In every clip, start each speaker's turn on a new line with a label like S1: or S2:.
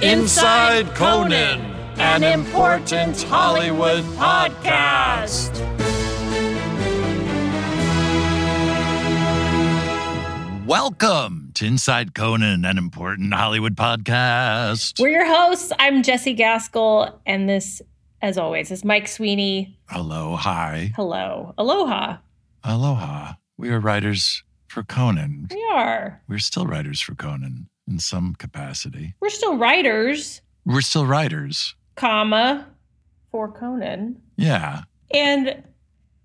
S1: Inside Conan, an important Hollywood podcast. Welcome to Inside Conan, an important Hollywood podcast.
S2: We're your hosts. I'm Jesse Gaskell, and this, as always, is Mike Sweeney.
S1: Hello, hi,
S2: Hello, aloha.
S1: aloha. We are writers for Conan.
S2: We are.
S1: We're still writers for Conan in some capacity.
S2: We're still writers,
S1: We're still writers.
S2: comma, for Conan.
S1: Yeah.
S2: And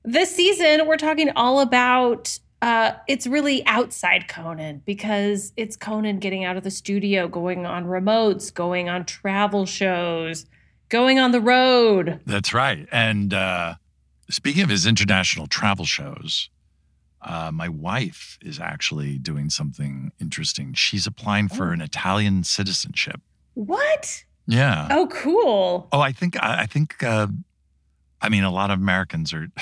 S2: this season, we're talking all about. Uh, it's really outside Conan because it's Conan getting out of the studio, going on remotes, going on travel shows, going on the road.
S1: That's right. And uh, speaking of his international travel shows, uh, my wife is actually doing something interesting. She's applying for an Italian citizenship.
S2: What?
S1: Yeah.
S2: Oh, cool.
S1: Oh, I think I, I think uh, I mean a lot of Americans are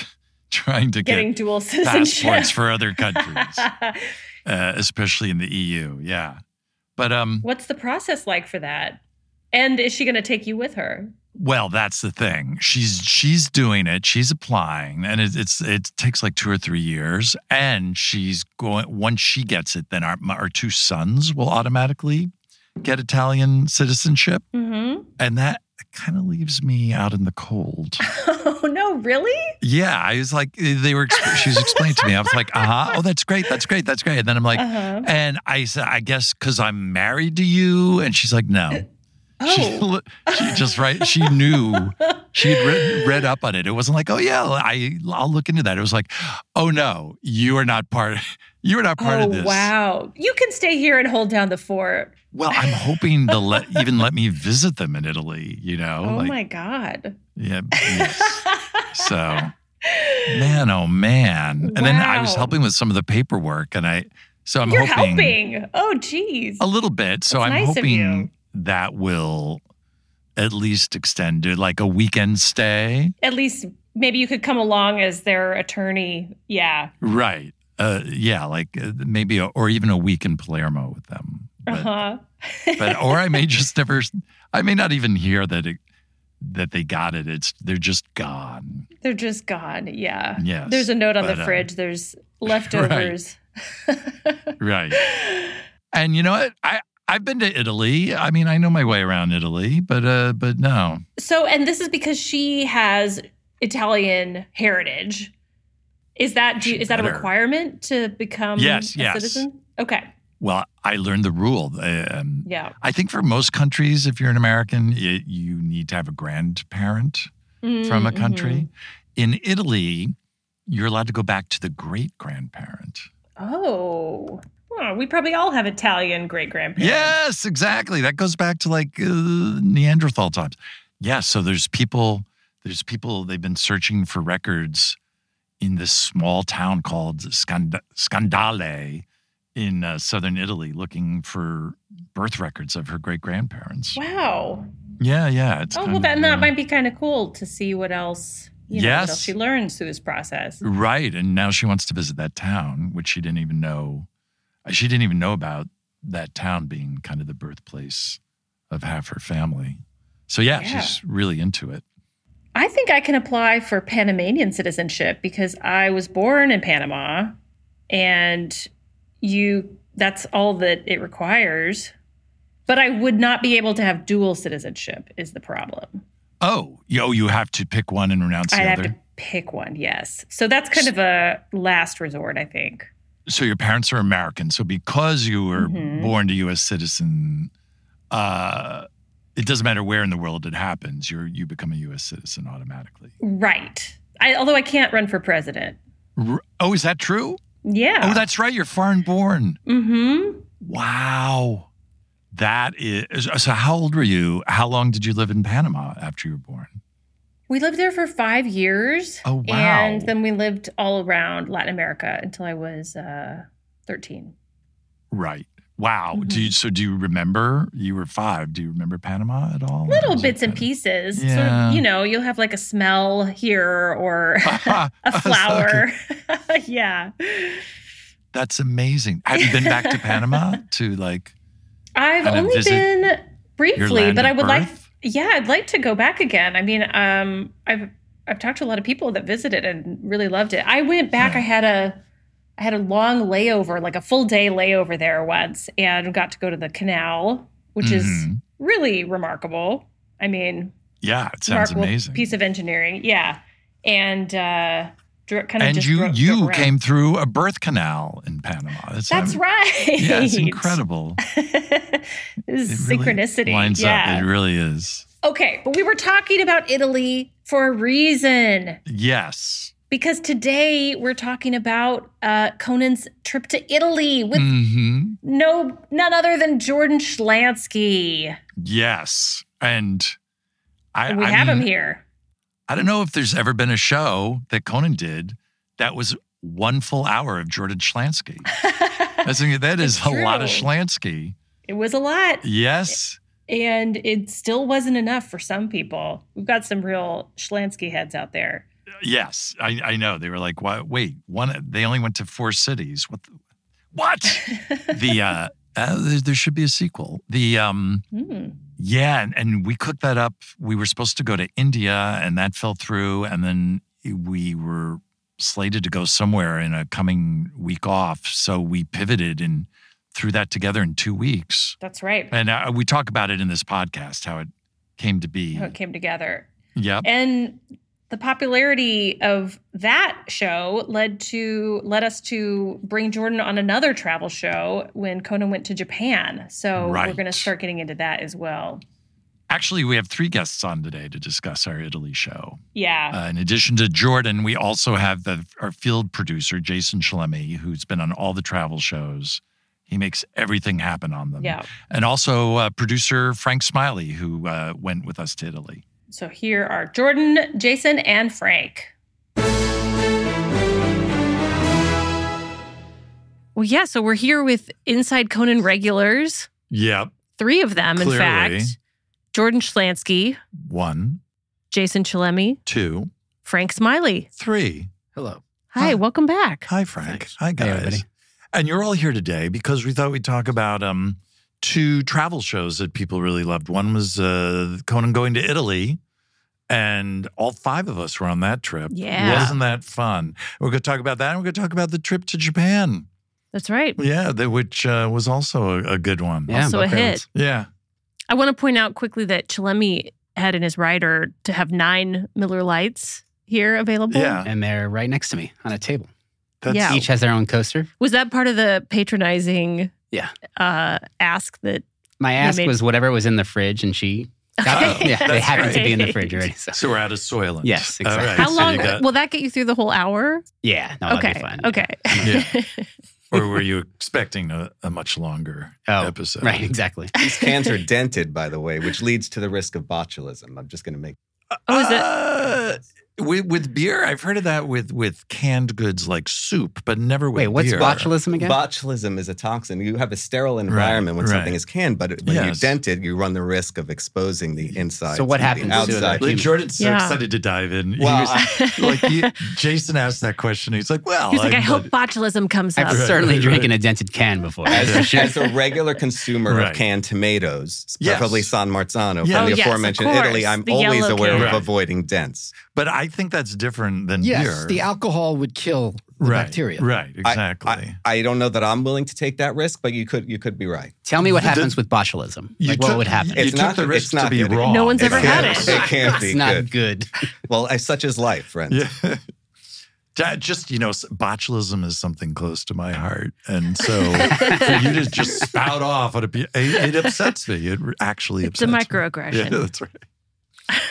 S1: trying to
S2: Getting
S1: get
S2: dual citizenship.
S1: passports for other countries, uh, especially in the EU. Yeah. But um,
S2: What's the process like for that? And is she going to take you with her?
S1: Well, that's the thing. She's she's doing it. She's applying, and it, it's it takes like two or three years. And she's going once she gets it, then our my, our two sons will automatically get Italian citizenship,
S2: Mm-hmm.
S1: and that kind of leaves me out in the cold.
S2: Oh no, really?
S1: yeah, I was like, eh, they were. exp- She was explaining to me. I was like, uh huh. Oh, that's great. That's great. That's great. And then I'm like,
S2: Uh-huh.
S1: and I said, I guess because I'm married to you. And she's like, no. She,
S2: Oh.
S1: li- she just right. She knew. She had read, read up on it. It wasn't like, oh yeah, I I'll look into that. It was like, oh no, you are not part. You are not part
S2: oh
S1: of this.
S2: wow! You can stay here and hold down the fort.
S1: Well, I'm hoping they'll let even let me visit them in Italy. You know,
S2: Oh,
S1: like
S2: my god!
S1: yeah. yes. So man, oh man. And then I was
S2: Wow.
S1: helping with some of the paperwork, and I so I'm
S2: You're
S1: hoping
S2: helping. Oh geez.
S1: a little bit. So
S2: That's
S1: I'm
S2: nice of you.
S1: hoping that will at least extend to like a weekend stay.
S2: At least maybe you could come along as their attorney. Yeah.
S1: Right. Uh, yeah, like uh, maybe, a, or even a week in Palermo with them.
S2: Uh
S1: But,
S2: huh.
S1: but or I may just never. I may not even hear that it, that they got it. It's they're just gone.
S2: They're just gone. Yeah.
S1: Yes,
S2: There's a note on
S1: but,
S2: the
S1: uh,
S2: fridge. There's leftovers.
S1: Right. And you know what? I I've been to Italy. I mean, I know my way around Italy, but uh, but no.
S2: So, and this is because she has Italian heritage. Is that do,
S1: She
S2: is that a
S1: better.
S2: requirement to become
S1: Yes,
S2: a
S1: yes.
S2: citizen? Okay,
S1: Well, I learned the rule. Um,
S2: yeah.
S1: I think for most countries, if you're an American, you, you need to have a grandparent. from a
S2: Mm,
S1: country.
S2: mhm.
S1: In Italy, you're allowed to go back to the great grandparent.
S2: Oh, Well, we probably all have Italian great grandparents.
S1: Yes, exactly. That goes back to like uh, Neanderthal times. Yeah, so there's people there's people they've been searching for records in this small town called Scand- Scandale in uh, southern Italy looking for birth records of her great grandparents.
S2: Wow.
S1: Yeah, yeah. It's
S2: Oh
S1: kind
S2: well,
S1: of,
S2: that, and
S1: uh,
S2: that might be kind of cool to see what else. You know,
S1: Yes.
S2: What else she learns through this process.
S1: Right. And now she wants to visit that town, which she didn't even know. uh, She didn't even know about that town being kind of the birthplace of half her family. So, yeah,
S2: Yeah.
S1: she's really into it.
S2: I think I can apply for Panamanian citizenship because I was born in Panama and you that's all that it requires. But I would not be able to have dual citizenship is the problem.
S1: Oh, yo, you have to pick one and renounce
S2: I'd
S1: the
S2: have
S1: other.
S2: to pick one, yes. So that's kind of a last resort, I think.
S1: So your parents are American. So because you were
S2: Mhm.
S1: born to U.S. citizen, uh, it doesn't matter where in the world it happens. You you become a U.S. citizen automatically.
S2: Right. I, although I can't run for president.
S1: R- oh, is that true?
S2: Yeah.
S1: Oh, that's right. You're foreign born.
S2: mm-hmm.
S1: Wow. That is so. How old were you? How long did you live in Panama after you were born?
S2: We lived there for five years.
S1: Oh, wow.
S2: And then we lived all around Latin America until I was uh, 13.
S1: Right. Wow. Do
S2: Mm-hmm.
S1: you, so? Do you remember? You were five. Do you remember Panama at all?
S2: Little
S1: Was it
S2: bits
S1: kind
S2: and
S1: of-
S2: pieces. Sort
S1: Oh, Yeah.
S2: of, you know, you'll have like a smell here or a
S1: Okay.
S2: flower. yeah.
S1: That's amazing. Have you been back to Panama to like
S2: I've
S1: Kind of
S2: only
S1: visit
S2: been
S1: your
S2: briefly,
S1: land
S2: but
S1: of
S2: I would like
S1: birth?
S2: yeah, I'd like to go back again. I mean, um I've I've talked to a lot of people that visited and really loved it. I went back,
S1: Yeah.
S2: I had a I had a long layover, like a full day layover there once and got to go to the canal, which is
S1: Mhm.
S2: really remarkable. I mean,
S1: yeah. It sounds
S2: remarkable
S1: amazing.
S2: piece of engineering. Yeah. And uh dri- kind of
S1: and
S2: just
S1: you
S2: drove- drove
S1: you
S2: around.
S1: came through a birth canal in Panama.
S2: That's
S1: I'm-
S2: right.
S1: Yeah, it's incredible. It really
S2: Synchronicity.
S1: lines
S2: yeah.
S1: up. It really is.
S2: Okay, but we were talking about Italy for a reason
S1: Yes.
S2: because today we're talking about uh, Conan's trip to Italy with
S1: hmm
S2: no none other than Jordan Schlansky.
S1: Yes. And I,
S2: we
S1: I
S2: have
S1: mean,
S2: him here.
S1: I don't know if there's ever been a show that Conan did that was one full hour of Jordan Schlansky. I think that is
S2: It's
S1: a lot of
S2: true.
S1: Schlansky.
S2: It was a lot,
S1: Yes.
S2: and it still wasn't enough for some people. We've got some real Schlansky heads out there.
S1: Yes. I, I know. They were like, "Why? Wait, one. They only went to four cities. What? The, what? the uh, uh, there, there should be a sequel. The um,
S2: Hmm.
S1: yeah, and, and we cooked that up. We were supposed to go to India, and that fell through. And then we were slated to go somewhere in a coming week off, so we pivoted and threw that together in two weeks.
S2: That's right.
S1: And uh, we talk about it in this podcast how it came to be.
S2: How it came together.
S1: Yep.
S2: And the popularity of that show led to led us to bring Jordan on another travel show when Conan went to Japan. So we're
S1: Right.
S2: going to start getting into that as well.
S1: Actually, we have three guests on today to discuss our Italy show.
S2: Yeah.
S1: Uh, in addition to Jordan, we also have the, our field producer, Jason Shalemi, who's been on all the travel shows. He makes everything happen on them.
S2: yeah.
S1: And also uh, producer Frank Smiley, who uh, went with us to Italy.
S2: So here are Jordan, Jason, and Frank. Well, yeah, so we're here with Inside Conan regulars,
S1: Yep.
S2: three of them,
S1: Clearly.
S2: in fact. Jordan Schlansky,
S1: One,
S2: Jason Chalemi,
S1: two,
S2: Frank Smiley.
S1: three.
S3: Hello.
S2: Hi,
S1: Hi.
S2: welcome back.
S1: Hi, Frank.
S3: Thanks.
S1: Hi, guys.
S3: everybody.
S1: And you're all here today because we thought we'd talk about um, two travel shows that people really loved. One was uh, Conan going to Italy, and all five of us were on that trip.
S2: Yeah.
S1: Wasn't that fun? We're going to talk about that, and we're going to talk about the trip to Japan.
S2: That's right.
S1: Yeah, the, which uh, was also a, a good one.
S3: Yeah,
S2: also a
S3: both
S2: hit.
S3: rounds.
S1: Yeah.
S2: I want to point out quickly that Chalemi had in his rider to have nine Miller Lights here available.
S1: Yeah.
S3: And they're right next to me on a table.
S1: That's,
S2: Yeah.
S3: Each has their own coaster.
S2: Was that part of the patronizing
S3: Yeah.
S2: uh, ask that?
S3: My ask
S2: made-
S3: was whatever was in the fridge, and she got
S2: Okay.
S3: it. Yeah, they
S1: That's
S3: happened to be in the
S2: right.
S3: fridge already. So,
S1: So we're out of Soylent.
S3: Yes,
S1: All right,
S3: exactly.
S2: How
S1: so you
S2: long
S1: got- Oh,
S2: will that get you through the whole hour?
S3: yeah, no, that'd be
S2: okay.
S3: fine.
S2: Okay.
S1: or were you expecting a, a much longer
S3: Oh,
S1: episode?
S3: Right, exactly.
S4: These cans are dented, by the way, which leads to the risk of botulism. I'm just going to make.
S2: Oh, is it-
S1: Uh, with, with beer, I've heard of that with with canned goods like soup, but never with
S3: Wait, what's
S1: beer.
S3: botulism again?
S4: Botulism is a toxin. You have a sterile
S1: Right,
S4: environment when
S1: right.
S4: something is canned, but it- when you
S1: Yes.
S4: dent it, you run the risk of exposing the inside.
S3: So what
S4: to the
S3: happens to
S4: outside?
S3: that?
S1: Like, Jordan's so
S2: Yeah.
S1: excited to dive in. He
S4: Well,
S1: was- like he, Jason asked that question. He's like, "Well,
S2: He's like,
S1: I'm
S2: I hope
S1: not-
S2: botulism comes up.
S3: I've
S1: Right,
S3: certainly
S1: right,
S3: drinking
S1: right.
S3: a dented can before.
S4: As,
S3: That's for sure.
S4: as a regular consumer
S1: Right.
S4: of canned tomatoes,
S1: Yes.
S4: preferably San Marzano
S1: Yeah. Oh,
S4: from the
S2: yes, of
S4: aforementioned
S2: course.
S4: Italy, I'm
S2: The
S4: always
S2: yellow
S4: aware
S1: can.
S4: of
S1: Right.
S4: avoiding dents.
S1: But I think that's different than
S5: Yes,
S1: beer.
S5: the alcohol would kill the
S1: right,
S5: bacteria.
S1: Right,
S4: I-
S1: exactly.
S4: I, I don't know that I'm willing to take that risk, but you could you could be right.
S3: Tell me what
S1: The-
S3: happens with botulism.
S1: you
S3: Like,
S1: took-
S3: what would happen?
S1: You
S4: It's
S1: took
S4: not-
S1: the
S4: it's
S1: risk to
S4: not
S1: be
S4: good.
S1: wrong.
S2: No one's
S4: It
S2: ever had it.
S4: can't- It can't be
S3: it's not
S4: good.
S3: good.
S4: Well, I- such is life, friends.
S1: Yeah. That just, you know, s- botulism is something close to my heart. And so for you to just spout off, on a pe- it, it upsets me. It r- actually
S2: It's a
S1: upsets me.
S2: microaggression.
S1: Yeah, that's right.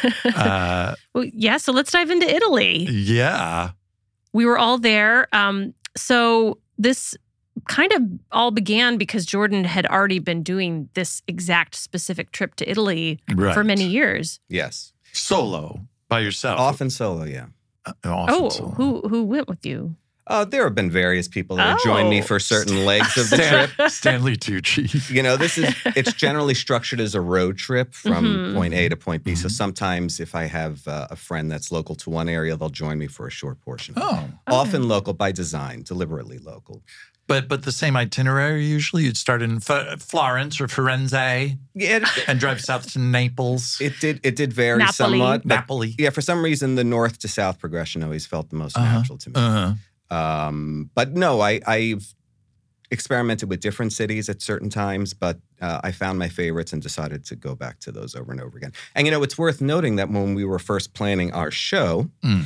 S1: Uh,
S2: Well, yeah, so let's dive into Italy.
S1: yeah.
S2: We were all there. Um, so this kind of all began because Jordan had already been doing this exact specific trip to Italy
S1: Right.
S2: for many years.
S4: Yes.
S1: Solo by yourself.
S4: Often solo, yeah.
S1: Uh, often
S2: oh,
S1: solo.
S2: who who went with you?
S4: Uh, there have been various people that have joined me
S2: Oh.
S4: for certain legs of the
S1: Stan-
S4: trip.
S1: Stanley Tucci.
S4: You know, this is it's generally structured as a road trip from
S2: Mhm.
S4: point A to point B. So
S1: Mhm.
S4: sometimes if I have uh, a friend that's local to one area, they'll join me for a short portion.
S1: Oh.
S4: Often local by design, deliberately local.
S1: But but the same itinerary usually. You'd start in F- Florence or Firenze
S4: Yeah, it,
S1: and drive south to Naples,
S4: it did it did vary
S2: Napoli.
S4: somewhat. but
S1: Napoli.
S4: yeah, for some reason the north to south progression always felt the most
S1: Uh-huh.
S4: natural to me.
S1: Uh-huh.
S4: Um, but no, I, I've experimented with different cities at certain times, but uh, I found my favorites and decided to go back to those over and over again. And you know, it's worth noting that when we were first planning our show,
S1: Mm.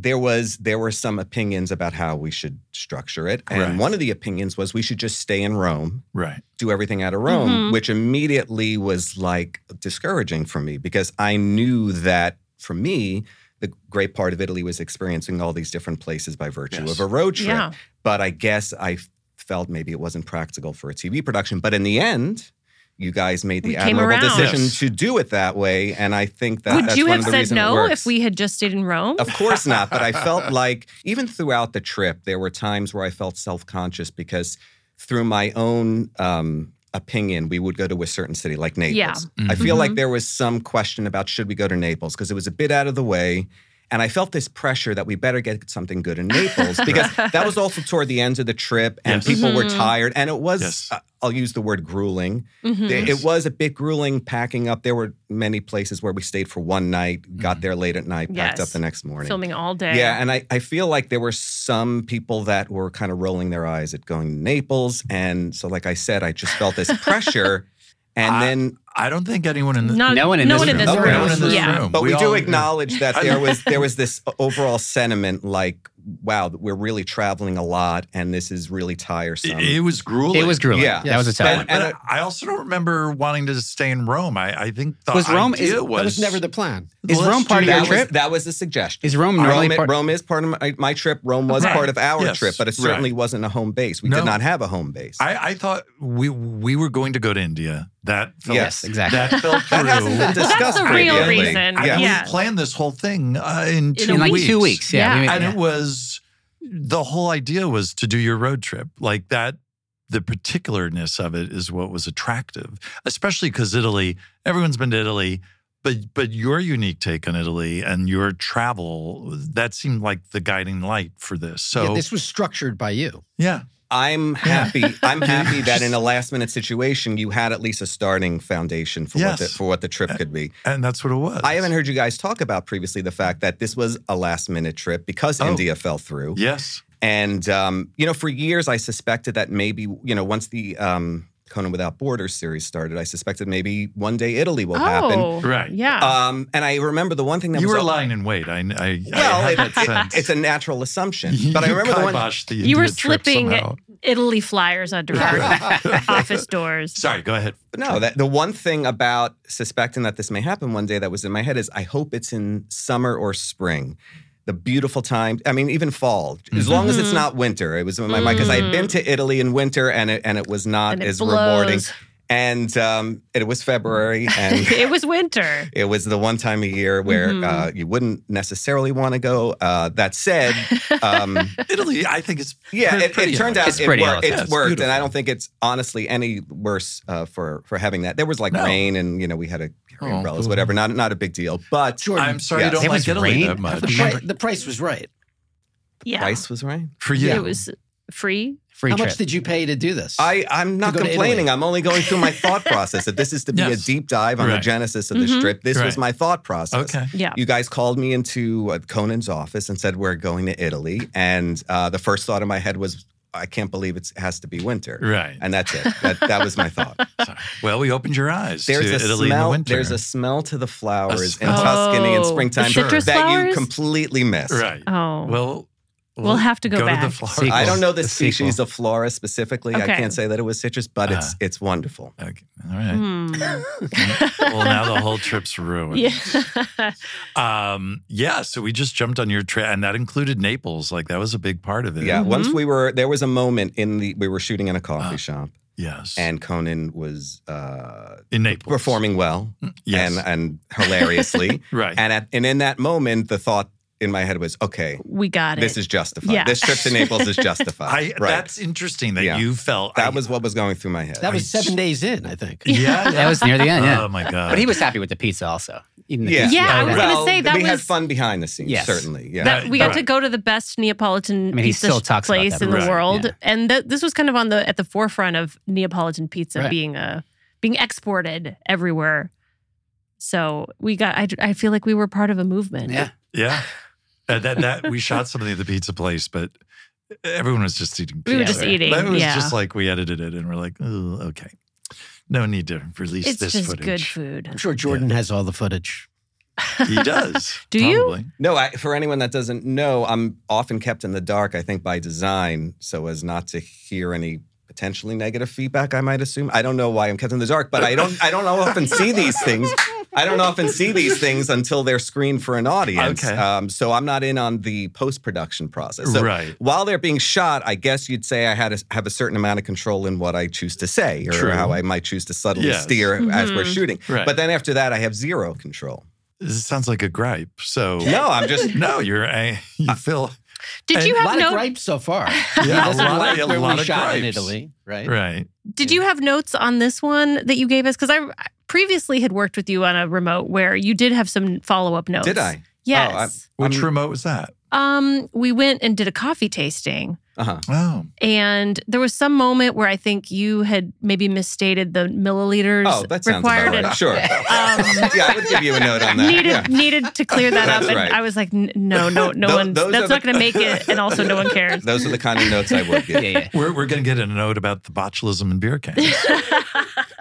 S4: there was there were some opinions about how we should structure it, and
S1: Right.
S4: one of the opinions was we should just stay in Rome.
S1: Right.
S4: Do everything out of Rome,
S2: Mhm.
S4: which immediately was like discouraging for me because I knew that for me, the great part of Italy was experiencing all these different places by virtue
S1: Yes.
S4: of a road trip
S2: Yeah.
S4: but I guess I f- felt maybe it wasn't practical for a TV production. But in the end, you guys made the
S2: We came
S4: admirable
S2: around.
S4: decision
S1: Yes.
S4: to do it that way, and I think that
S2: Would
S4: that's
S2: you
S4: one
S2: have
S4: of the
S2: said
S4: reasons it
S2: no
S4: works.
S2: if we had just stayed in Rome?
S4: Of course not, but I felt like even throughout the trip, there were times where I felt self conscious because through my own um, opinion, we would go to a certain city like Naples.
S2: Yeah.
S4: I feel like
S2: Mhm.
S4: there was some question about should we go to Naples because it was a bit out of the way. And I felt this pressure that we better get something good in Naples because that was also toward the end of the trip and
S1: Yes.
S4: people were
S2: Mhm.
S4: tired. And it was,
S1: Yes.
S4: uh, I'll use the word grueling.
S2: Mhm.
S4: There-
S1: Yes.
S4: It was a bit grueling packing up. There were many places where we stayed for one night, got there late at night, packed
S2: Yes.
S4: up the next morning.
S2: Filming all day.
S4: Yeah, and I, I feel like there were some people that were kind of rolling their eyes at going to Naples. And so, like I said, I just felt this pressure. And
S1: I-
S4: then,
S1: I don't think anyone in the
S2: Not-
S3: No one in this room.
S4: No one in this
S2: yeah.
S1: room.
S4: but
S1: Oh, we
S4: we, do
S1: all-
S4: acknowledge that there
S1: I-
S4: was there was this overall sentiment like, wow, we're really traveling a lot, and this is really tiresome.
S1: it, it was grueling.
S3: It was grueling.
S4: Yeah.
S3: That was a tough
S4: Yes.
S3: one.
S4: and
S1: But I also don't remember wanting to stay in Rome. I, I think the
S3: Was Rome-
S1: idea
S3: is-
S1: was
S5: That was never the plan.
S3: Is
S1: let's
S3: Rome
S1: do
S3: part of your
S4: that was,
S3: trip?
S4: that was the suggestion.
S3: Is Rome really
S4: Rome,
S3: part?
S4: Rome is part of my, my trip. Rome was
S1: Right.
S4: part of our
S1: Yes.
S4: trip, but it certainly
S1: Right.
S4: wasn't a home base. We
S1: No.
S4: did not have a home base.
S1: I, I thought we we were going to go to India. That felt,
S3: Yes, exactly.
S1: that fell through.
S4: That hasn't been
S2: Well, that's
S4: discussed
S2: the real
S4: previously.
S2: reason.
S1: I,
S4: Yeah.
S2: Yeah.
S1: We planned this whole thing uh, in two
S3: in like
S1: weeks.
S3: two weeks. Yeah.
S2: Yeah.
S3: we-
S1: and it was the whole idea was to do your road trip like that the particularness of it is what was attractive especially because italy everyone's been to italy but but your unique take on italy and your travel that seemed like the guiding light for this so
S5: yeah, this was structured by you.
S1: yeah
S4: I'm happy. I'm happy that in a last minute situation, you had at least a starting foundation for
S1: Yes. Uh,
S4: what the, for what the trip could be.
S1: and that's what it was
S4: I haven't heard you guys talk about previously the fact that this was a last minute trip because
S1: Oh.
S4: India fell through.
S1: yes
S4: And, um, you know, for years, I suspected that maybe, you know, once the um, Conan Without Borders series started, I suspected maybe one day Italy will happen.
S2: Oh,
S1: Right.
S2: Yeah.
S4: Um, and I remember the one thing that
S1: you
S4: was
S1: were lying in wait i, I,
S4: Well,
S1: I had
S4: it-
S1: that sense
S4: It's a natural assumption.
S1: You-
S4: But I
S1: you
S4: remember the one.
S1: kiboshed the
S2: you were
S1: India trip
S2: slipping
S1: somehow.
S2: Italy flyers under our office doors.
S1: sorry go ahead
S4: No, that, the one thing about suspecting that this may happen one day that was in my head is I hope it's in summer or spring. The beautiful time. I mean, even fall. As long as it's
S2: Mhm.
S4: not winter. It was in my mind because I had been to Italy in winter and it, and it was not
S2: Mm. And it
S4: as
S2: blows.
S4: rewarding. And um, it was February and
S2: it was winter.
S4: It was the one time a year where
S2: Mhm.
S4: uh, you wouldn't necessarily want to go. Uh, that said, um,
S1: italy i think it's
S4: yeah,
S1: pretty-
S4: it,
S1: pretty
S4: it turned out
S3: It's
S4: it,
S3: pretty
S4: wor-
S3: elegant.
S4: it's
S1: Yeah, it's
S4: worked, and I
S1: beautiful.
S4: don't think it's honestly any worse uh, for for having that. There was like
S1: No.
S4: rain, and you know we had a carry
S1: Oh,
S4: umbrellas,
S1: cool.
S4: whatever. Not not a big deal, but
S5: Jordan,
S1: i'm sorry
S4: Yes.
S1: you
S3: It
S1: don't like
S3: was
S1: italy
S3: rain.
S1: that much
S5: the, pri- the price was right.
S2: Yeah.
S4: price was right.
S1: for you
S2: It was free?
S3: Free
S5: How
S3: trip.
S5: much did you pay to do this?
S4: I, I'm not
S5: go to
S4: complaining.
S5: Italy.
S4: I'm only going through my thought process. If this is to be
S1: Yes.
S4: a deep dive on the
S1: Right.
S4: genesis of the
S2: Mhm.
S4: strip, this was
S1: Right.
S4: my thought process.
S1: Okay.
S2: Yeah.
S4: You guys called me into uh, Conan's office and said, We're going to Italy. And uh, the first thought in my head was, I can't believe it's, it has to be winter.
S1: Right.
S4: And that's it. That, that was my thought.
S1: So- well, we opened your eyes
S4: There's
S1: to
S4: a
S1: Italy in the
S4: smell.
S1: winter.
S4: there's a smell to the flowers in
S1: smell.
S4: Tuscany
S2: Oh,
S4: in
S2: the
S4: springtime
S2: citrus
S4: that you
S2: flowers?
S4: completely missed.
S1: right.
S2: Oh.
S1: Well,
S2: We'll have to go back.
S1: flower-
S3: Sequel.
S4: I don't know the
S3: The sequel.
S4: species of flora specifically. I
S2: Okay.
S4: can't say that it was citrus, but it's
S1: Ah.
S4: it's wonderful.
S1: Okay. All right.
S2: Hmm.
S1: well, now the whole trip's ruined.
S2: yeah.
S1: Um, yeah. So we just jumped on your trip, and that included Naples. Like that was a big part of it.
S4: Yeah. Once
S2: Mhm.
S4: we were there was a moment in the we were shooting in a coffee
S1: Ah.
S4: shop
S1: Yes.
S4: and Conan was uh,
S1: in Naples,
S4: performing well
S1: Mm. Yes.
S4: and and hilariously.
S1: right.
S4: and at, and in that moment, the thought in my head was, okay,
S2: we got it.
S4: this is justified.
S2: Yeah.
S4: This trip to Naples is justified.
S1: I,
S4: uh, right.
S1: That's interesting that
S4: Yeah.
S1: you felt
S4: that
S1: I-
S4: was what was going through my head.
S5: that was seven days in, I think.
S1: Yeah.
S3: that was near the end. Yeah.
S1: Oh my god.
S3: but he was happy with the pizza also. Even the
S4: Yeah.
S3: pizza-
S2: Yeah, I was gonna
S4: Well,
S2: say that
S4: we had
S2: was-
S4: fun behind the scenes.
S3: Yes.
S4: Certainly, yeah.
S2: That, we got
S1: Right.
S2: to go to the best Neapolitan
S3: I mean, he
S2: pizza
S3: still talks about
S2: place
S3: that,
S2: in the
S1: right,
S2: world,
S3: yeah.
S2: and th- this was kind of on the at the forefront of Neapolitan pizza
S3: Right.
S2: being a being exported everywhere. So we got. I, I feel like we were part of a movement.
S3: Yeah.
S1: Yeah. Uh, that that we shot something at the pizza place, but everyone was just eating.
S2: We were
S3: Yeah,
S2: just
S3: right.
S2: eating.
S1: That was
S2: yeah.
S1: just like we edited it, and we're like, oh, okay, no need to release
S2: it's
S1: this
S2: just
S1: footage.
S2: good food.
S5: I'm sure Jordan has all the footage.
S1: He does.
S2: Do you?
S1: probably.
S4: No, I, for anyone that doesn't know, I'm often kept in the dark, I think by design, so as not to hear any potentially negative feedback, I might assume. I don't know why I'm kept in the dark, but I don't I don't often see these things. I don't often see these things until they're screened for an audience.
S1: Okay.
S4: Um, so I'm not in on the post-production process. So
S1: Right.
S4: while they're being shot, I guess you'd say I had a, have a certain amount of control in what I choose to say or
S1: True.
S4: how I might choose to subtly
S1: Yes.
S4: steer as we're
S2: Mhm.
S4: shooting.
S1: Right.
S4: But then after that, I have zero control.
S1: This sounds like a gripe. So
S4: No, I'm just
S1: no, you're a, you feel
S2: Did you
S5: A lot
S2: have
S5: of
S2: no?
S5: gripes so far. he
S1: yeah, a
S5: doesn't
S1: lot,
S5: like
S1: of- a
S5: where
S1: lot
S5: we
S1: of
S5: shot in
S1: gripes.
S5: Italy, right?
S1: Right.
S2: Did you have notes on this one that you gave us? Because I I previously had worked with you on a remote where you did have some follow up notes.
S4: did I?
S2: Yes.
S1: Which
S4: I'm-
S1: remote was that?
S2: um, we went and did a coffee tasting.
S4: Uh-huh.
S1: Oh,
S2: And there was some moment where I think you had maybe misstated the milliliters
S4: Oh, that sounds
S2: required
S4: about right. Sure.
S2: and um,
S4: yeah, I would give you a note on that.
S2: needed
S4: Yeah.
S2: needed to clear that
S4: That's
S2: up. And
S4: right.
S2: I was like, "N- no, no, no
S4: Tho-
S2: one.
S4: those are
S2: That's
S4: the-
S2: not going to make it. And also, no one cares.
S4: Those are the kind of notes I would
S3: Yeah,
S4: give.
S3: yeah.
S1: we're we're gonna get a note about the botulism in beer cans.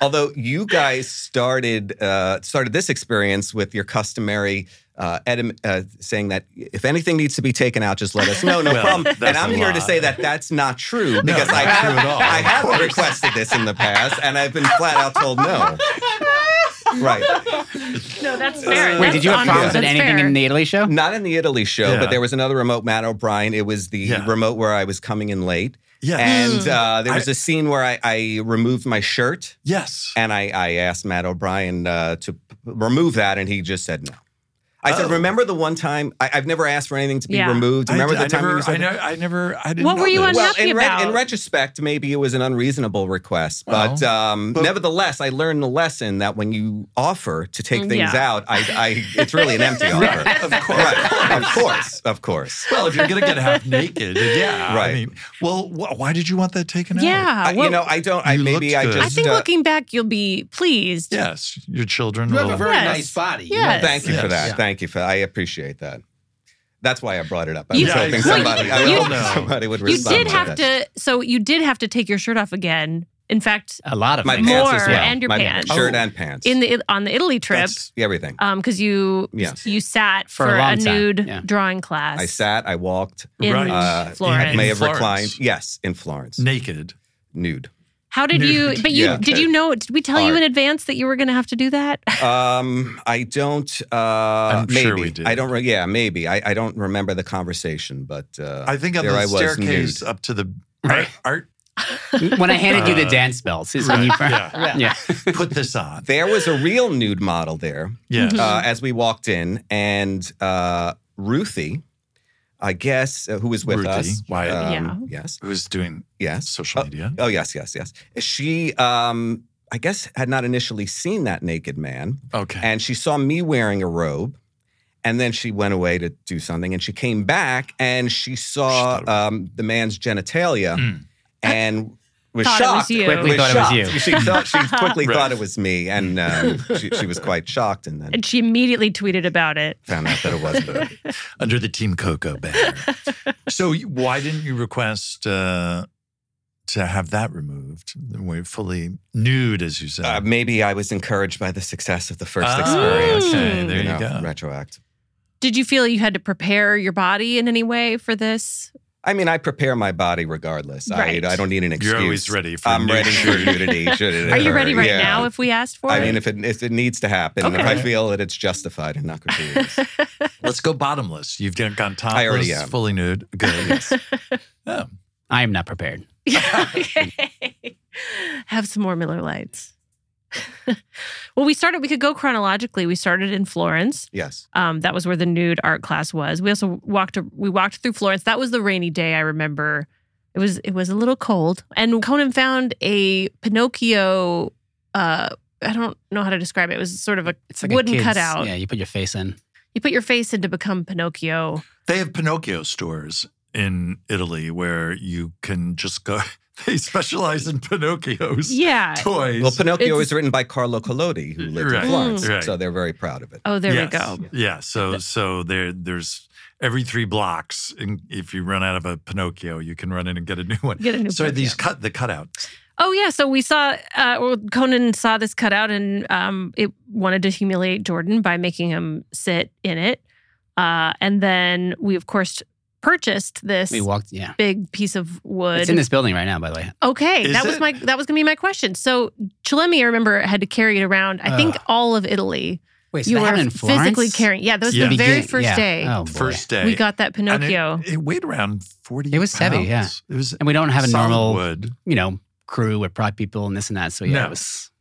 S4: Although you guys started uh, started this experience with your customary uh, edim- uh, saying that if anything needs to be taken out, just let us know. No
S1: Well,
S4: problem.
S1: that's
S4: And I'm
S1: a
S4: here to
S1: lie.
S4: say that that's not true because
S1: not
S4: I
S1: true
S4: have,
S1: at all,
S4: I
S1: of
S4: have
S1: course.
S4: requested this in the past, and I've been flat out told no. Right.
S2: No, that's
S4: Uh,
S2: fair.
S3: Wait,
S2: That's
S3: did you have
S2: on-
S3: problems with
S2: that's
S3: anything
S2: fair.
S3: in the Italy show?
S4: Not in the Italy show,
S1: Yeah.
S4: but there was another remote, Matt O'Brien. It was the
S1: Yeah.
S4: remote where I was coming in late.
S1: Yes.
S4: And uh, there
S1: I-
S4: was a scene where I, I removed my shirt.
S1: yes.
S4: And I, I asked Matt O'Brien uh, to p- remove that, and he just said no. I
S1: Oh.
S4: said, remember the one time I, I've never asked for anything to be
S2: Yeah.
S4: removed. Remember
S1: I,
S4: the
S1: I
S4: time
S1: never,
S4: you
S1: I,
S4: said
S1: know, I never. I didn't.
S2: What
S1: know
S2: were you
S1: this.
S2: on-
S4: Well,
S2: Happy
S4: in, re- in
S2: about-
S4: retrospect, maybe it was an unreasonable request, but,
S1: Well,
S4: um,
S1: but-
S4: nevertheless, I learned the lesson that when you offer to take
S2: Mm,
S4: things
S2: yeah.
S4: out, I, I it's really an empty offer.
S1: Of course.
S4: Right. Of course, of course.
S1: Well, if you're gonna get half naked, yeah,
S4: Right.
S1: I mean, well, wh- why did you want that taken out?
S2: Yeah.
S4: I-
S2: Uh, well,
S4: you know, I don't. I
S1: You
S4: maybe
S1: looked
S4: I
S1: good.
S4: just.
S2: I think
S4: uh,
S2: looking back, you'll be pleased.
S1: Yes, your children
S5: You have
S1: will.
S5: a very
S2: Yes.
S5: nice body.
S2: Yes.
S4: Thank you for
S1: Yes.
S4: that.
S5: Yeah.
S4: Thank you for. I appreciate that. That's why I brought it up. I
S2: You-
S4: was hoping
S1: Yeah,
S4: somebody, I was
S2: you-
S4: hoping
S1: you-
S4: somebody would
S2: You
S4: respond.
S2: did
S4: to
S2: have
S4: that.
S2: to. So you did have to take your shirt off again. In fact,
S3: A lot of
S4: My
S3: things.
S4: pants
S2: More
S4: as well.
S2: and your
S4: My
S2: pants. Oh.
S4: shirt and pants.
S2: in the on the Italy trip,
S1: That's-
S4: everything.
S2: um, because you
S4: Yes.
S2: you sat for,
S3: For a
S2: a,
S3: long time,
S2: nude
S3: yeah.
S2: drawing class.
S4: I sat. I walked.
S2: in
S1: Right.
S4: Uh,
S2: Florence.
S4: I may have
S1: Florence.
S4: reclined. Yes, in Florence,
S1: naked.
S4: nude.
S2: How did you?
S1: Nude.
S2: But you
S4: Yeah.
S2: did you know? Did we tell you
S4: Art.
S2: in advance that you were going to have to do that?
S4: Um, I don't. Uh,
S1: I'm
S4: maybe
S1: sure we did.
S4: I don't. Re- yeah, maybe. I, I don't remember the conversation, but uh,
S1: I think on
S4: there
S1: the
S4: I was
S1: staircase
S4: nude.
S1: up to the
S3: Right.
S1: art.
S3: when I handed you the
S1: Uh,
S3: dance belts, is when
S1: right,
S3: you first.
S1: yeah.
S3: Yeah.
S1: Put this on.
S4: There was a real nude model there.
S1: Yes.
S4: uh, as we walked in, and uh, Ruthie, I guess, uh, who was with
S1: Ruthie
S4: us. um, Uh,
S1: Wyatt.
S4: Yes.
S1: Who was doing
S4: Yes.
S1: social media?
S4: Oh, yes, yes, yes. She, um, I guess, had not initially seen that naked man,
S1: Okay.
S4: and she saw me wearing a robe. And then she went away to do something, and she came back and she saw
S1: She thought
S4: um, the man's genitalia,
S1: Mm.
S4: and was
S2: Thought it was
S4: shocked.
S2: you. Quickly
S3: thought it was
S4: shocked.
S3: you.
S4: She thought she quickly
S1: Right.
S4: thought it was me, and um, she, she was quite shocked, and then
S2: And she immediately tweeted about it.
S4: found out that it was Boo.
S1: under the Team Coco banner. so you- why didn't you request uh, to have that removed? We're fully nude, as you said.
S4: Uh, maybe I was encouraged by the success of the first
S1: Ah,
S4: experience.
S1: okay,
S4: and,
S1: there you
S4: know,
S1: go.
S4: Retroact.
S2: Did you feel you had to prepare your body in any way for this?
S4: I mean, I prepare my body regardless.
S2: Right.
S4: I, I don't need an excuse.
S1: You're always ready for
S4: I'm
S1: nude
S4: ready for
S1: nudity.
S4: nudity. Should it
S2: Are you
S4: occur.
S2: ready right
S4: Uh, Yeah.
S2: now if we asked for
S4: I
S2: it?
S4: mean, if it if it needs to happen, and if
S2: Okay.
S4: I feel that it's justified and not gratuitous,
S1: Let's go bottomless. You've gone gone topless,
S4: I already am.
S1: fully nude. Good. Yes. Yeah.
S3: I am not prepared.
S2: okay. Have some more Miller Lights. well, we started, we could go chronologically. We started in Florence.
S4: yes.
S2: Um, that was where the nude art class was. We also walked, we walked through Florence. That was the rainy day I remember. It was, it was a little cold. And Conan found a Pinocchio, uh, I don't know how to describe it. It was sort of a
S3: It's like
S2: wooden
S3: a kid's-
S2: cutout.
S3: Yeah, you put your face in.
S2: You put your face in to become Pinocchio.
S1: They have Pinocchio stores in Italy where you can just go. They specialize in Pinocchio's
S2: Yeah.
S1: toys.
S4: Well, Pinocchio
S2: It's-
S4: is written by Carlo Collodi, who lived
S1: Right,
S4: in Florence,
S1: right.
S4: so they're very proud of it.
S2: Oh, there
S1: Yes.
S2: we go.
S1: Yeah. So so there there's every three blocks, and if you run out of a Pinocchio, you can run in and get a new one.
S2: Get a new
S1: so are these
S2: Pinocchio.
S1: cut the cutouts.
S2: Oh yeah, so we saw uh, well, Conan saw this cutout and um, it wanted to humiliate Jordan by making him sit in it, uh, and then we of course purchased this
S3: We walked. Yeah,
S2: big piece of wood.
S3: it's in this building right now. By the way,
S2: okay,
S1: Is
S2: that
S1: it?
S2: was my that was gonna be my question. So Chalemi, I remember, had to carry it around. I think
S3: Ugh.
S2: all of Italy.
S3: wait, so
S2: you
S3: that
S2: were
S3: happened in Florence?
S2: physically carrying. Yeah, that was
S1: Yeah.
S2: the very
S3: Begin-
S2: first
S3: yeah.
S2: day
S3: Oh, boy.
S1: First day.
S2: we got that
S1: And it-
S2: Pinocchio.
S1: It, weighed around forty.
S3: It was heavy,
S1: pounds.
S3: yeah.
S1: It was.
S3: and we don't have a
S1: solid
S3: normal,
S1: wood.
S3: you know, crew with prop people and this and that. So yeah,
S1: No.
S3: it was